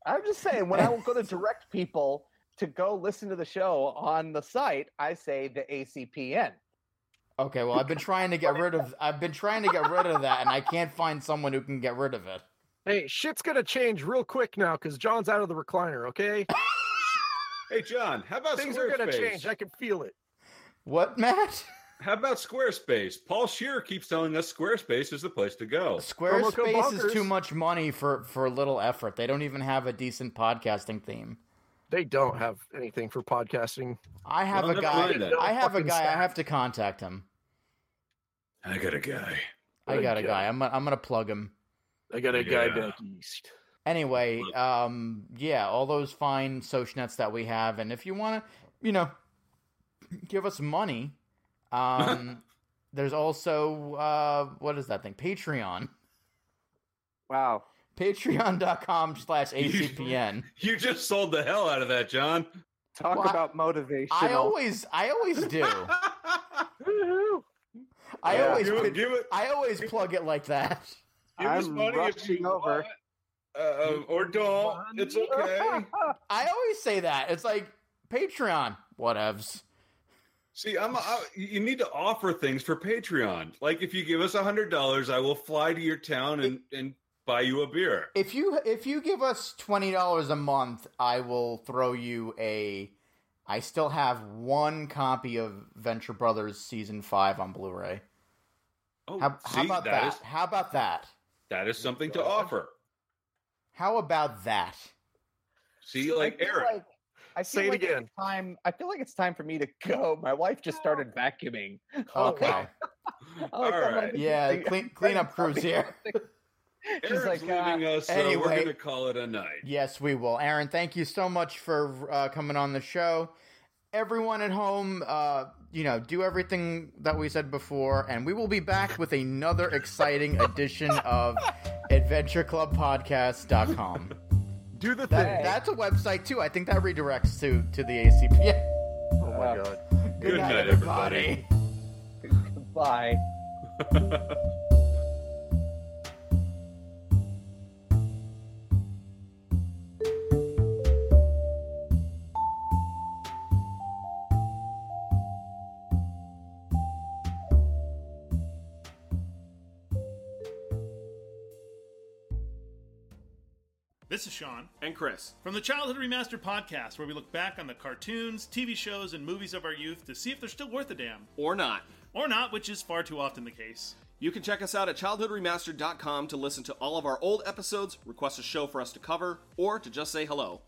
Speaker 7: I'm just saying when I will go to direct people to go listen to the show on the site, I say the ACPN.
Speaker 4: Okay, well I've been trying to get rid of I've been trying to get rid of that and I can't find someone who can get rid of it.
Speaker 6: Hey, shit's gonna change real quick now because John's out of the recliner. Okay,
Speaker 5: Hey, John. How about
Speaker 6: things are
Speaker 5: Squarespace?
Speaker 6: gonna change. I can feel it.
Speaker 4: What, Matt?
Speaker 5: How about Squarespace? Paul Shearer keeps telling us Squarespace is the place to go.
Speaker 6: Promo code
Speaker 4: Squarespace is too
Speaker 6: bonkers.
Speaker 4: much money for for little effort. They don't even have a decent podcasting theme.
Speaker 6: They don't have anything for podcasting.
Speaker 4: I have
Speaker 5: Well,
Speaker 4: a
Speaker 5: never
Speaker 4: guy.
Speaker 5: mind then.
Speaker 4: I have a
Speaker 6: Fucking
Speaker 4: guy. I
Speaker 6: sad.
Speaker 4: have to contact him.
Speaker 5: I got a guy.
Speaker 4: I
Speaker 6: Good
Speaker 4: got a
Speaker 6: guy.
Speaker 4: guy. I'm gonna, I'm gonna plug him.
Speaker 6: I got a
Speaker 5: Yeah.
Speaker 6: guy back east.
Speaker 4: Anyway, um, yeah, all those fine socinets that we have, and if you want to, you know, give us money, um, there's also uh, what is that thing? Patreon.
Speaker 7: Wow.
Speaker 4: Patreon.com slash ACPN.
Speaker 5: You just sold the hell out of that, John.
Speaker 7: Talk
Speaker 4: Well, I-
Speaker 7: about motivational.
Speaker 4: I always, I always do.
Speaker 6: Woohoo.
Speaker 4: I
Speaker 7: Yeah.
Speaker 4: always,
Speaker 5: give, it-
Speaker 4: put-
Speaker 5: give it.
Speaker 4: I always plug it like that.
Speaker 5: Give us
Speaker 7: I'm
Speaker 5: money if
Speaker 7: rushing
Speaker 5: you
Speaker 7: over.
Speaker 5: want. Uh, or don't. It's okay.
Speaker 4: I always say that. It's like Patreon, whatevs.
Speaker 5: See, I'm. I, you need to offer things for Patreon. Like if you give us a hundred dollars, I will fly to your town and and buy you a beer.
Speaker 4: If you if you give us twenty dollars a month, I will throw you a I still have one copy of Venture Brothers season five on Blu-ray.
Speaker 5: Oh,
Speaker 4: How, how
Speaker 5: see,
Speaker 4: about
Speaker 5: that
Speaker 4: that?
Speaker 5: is
Speaker 4: How about that?
Speaker 5: that is something to offer.
Speaker 4: How about that?
Speaker 5: See, like
Speaker 7: I feel
Speaker 5: Eric,
Speaker 7: like- I feel
Speaker 6: Say it
Speaker 7: like it's
Speaker 6: again.
Speaker 7: Time. I feel like it's time for me to go. My wife just started vacuuming.
Speaker 5: Oh,
Speaker 4: Okay.
Speaker 7: Oh, it's
Speaker 5: All
Speaker 7: not my
Speaker 5: right.
Speaker 7: big
Speaker 4: Yeah,
Speaker 7: thing.
Speaker 4: clean clean up crews here.
Speaker 5: Eric's
Speaker 7: like,
Speaker 5: leaving us, so we're
Speaker 4: anyway.
Speaker 5: going to call it a night.
Speaker 4: Yes, we will. Aaron, thank you so much for uh, coming on the show. Everyone at home, uh, you know, do everything that we said before, and we will be back with another exciting edition of AdventureClubPodcast.com.
Speaker 6: Do the thing.
Speaker 4: That, that's a website too. I think that redirects to to the ACP.
Speaker 6: oh my
Speaker 7: Wow.
Speaker 6: god.
Speaker 5: Good night, everybody.
Speaker 7: Bye.
Speaker 8: This is Sean and Chris from the Childhood Remastered podcast, where we look back on the cartoons, TV shows, and movies of our youth to see if they're still worth a damn.
Speaker 9: Or not.
Speaker 8: Or not, which is far too often the case.
Speaker 9: You can check us out at childhoodremastered.com to listen to all of our old episodes, request a show for us to cover, or to just say hello.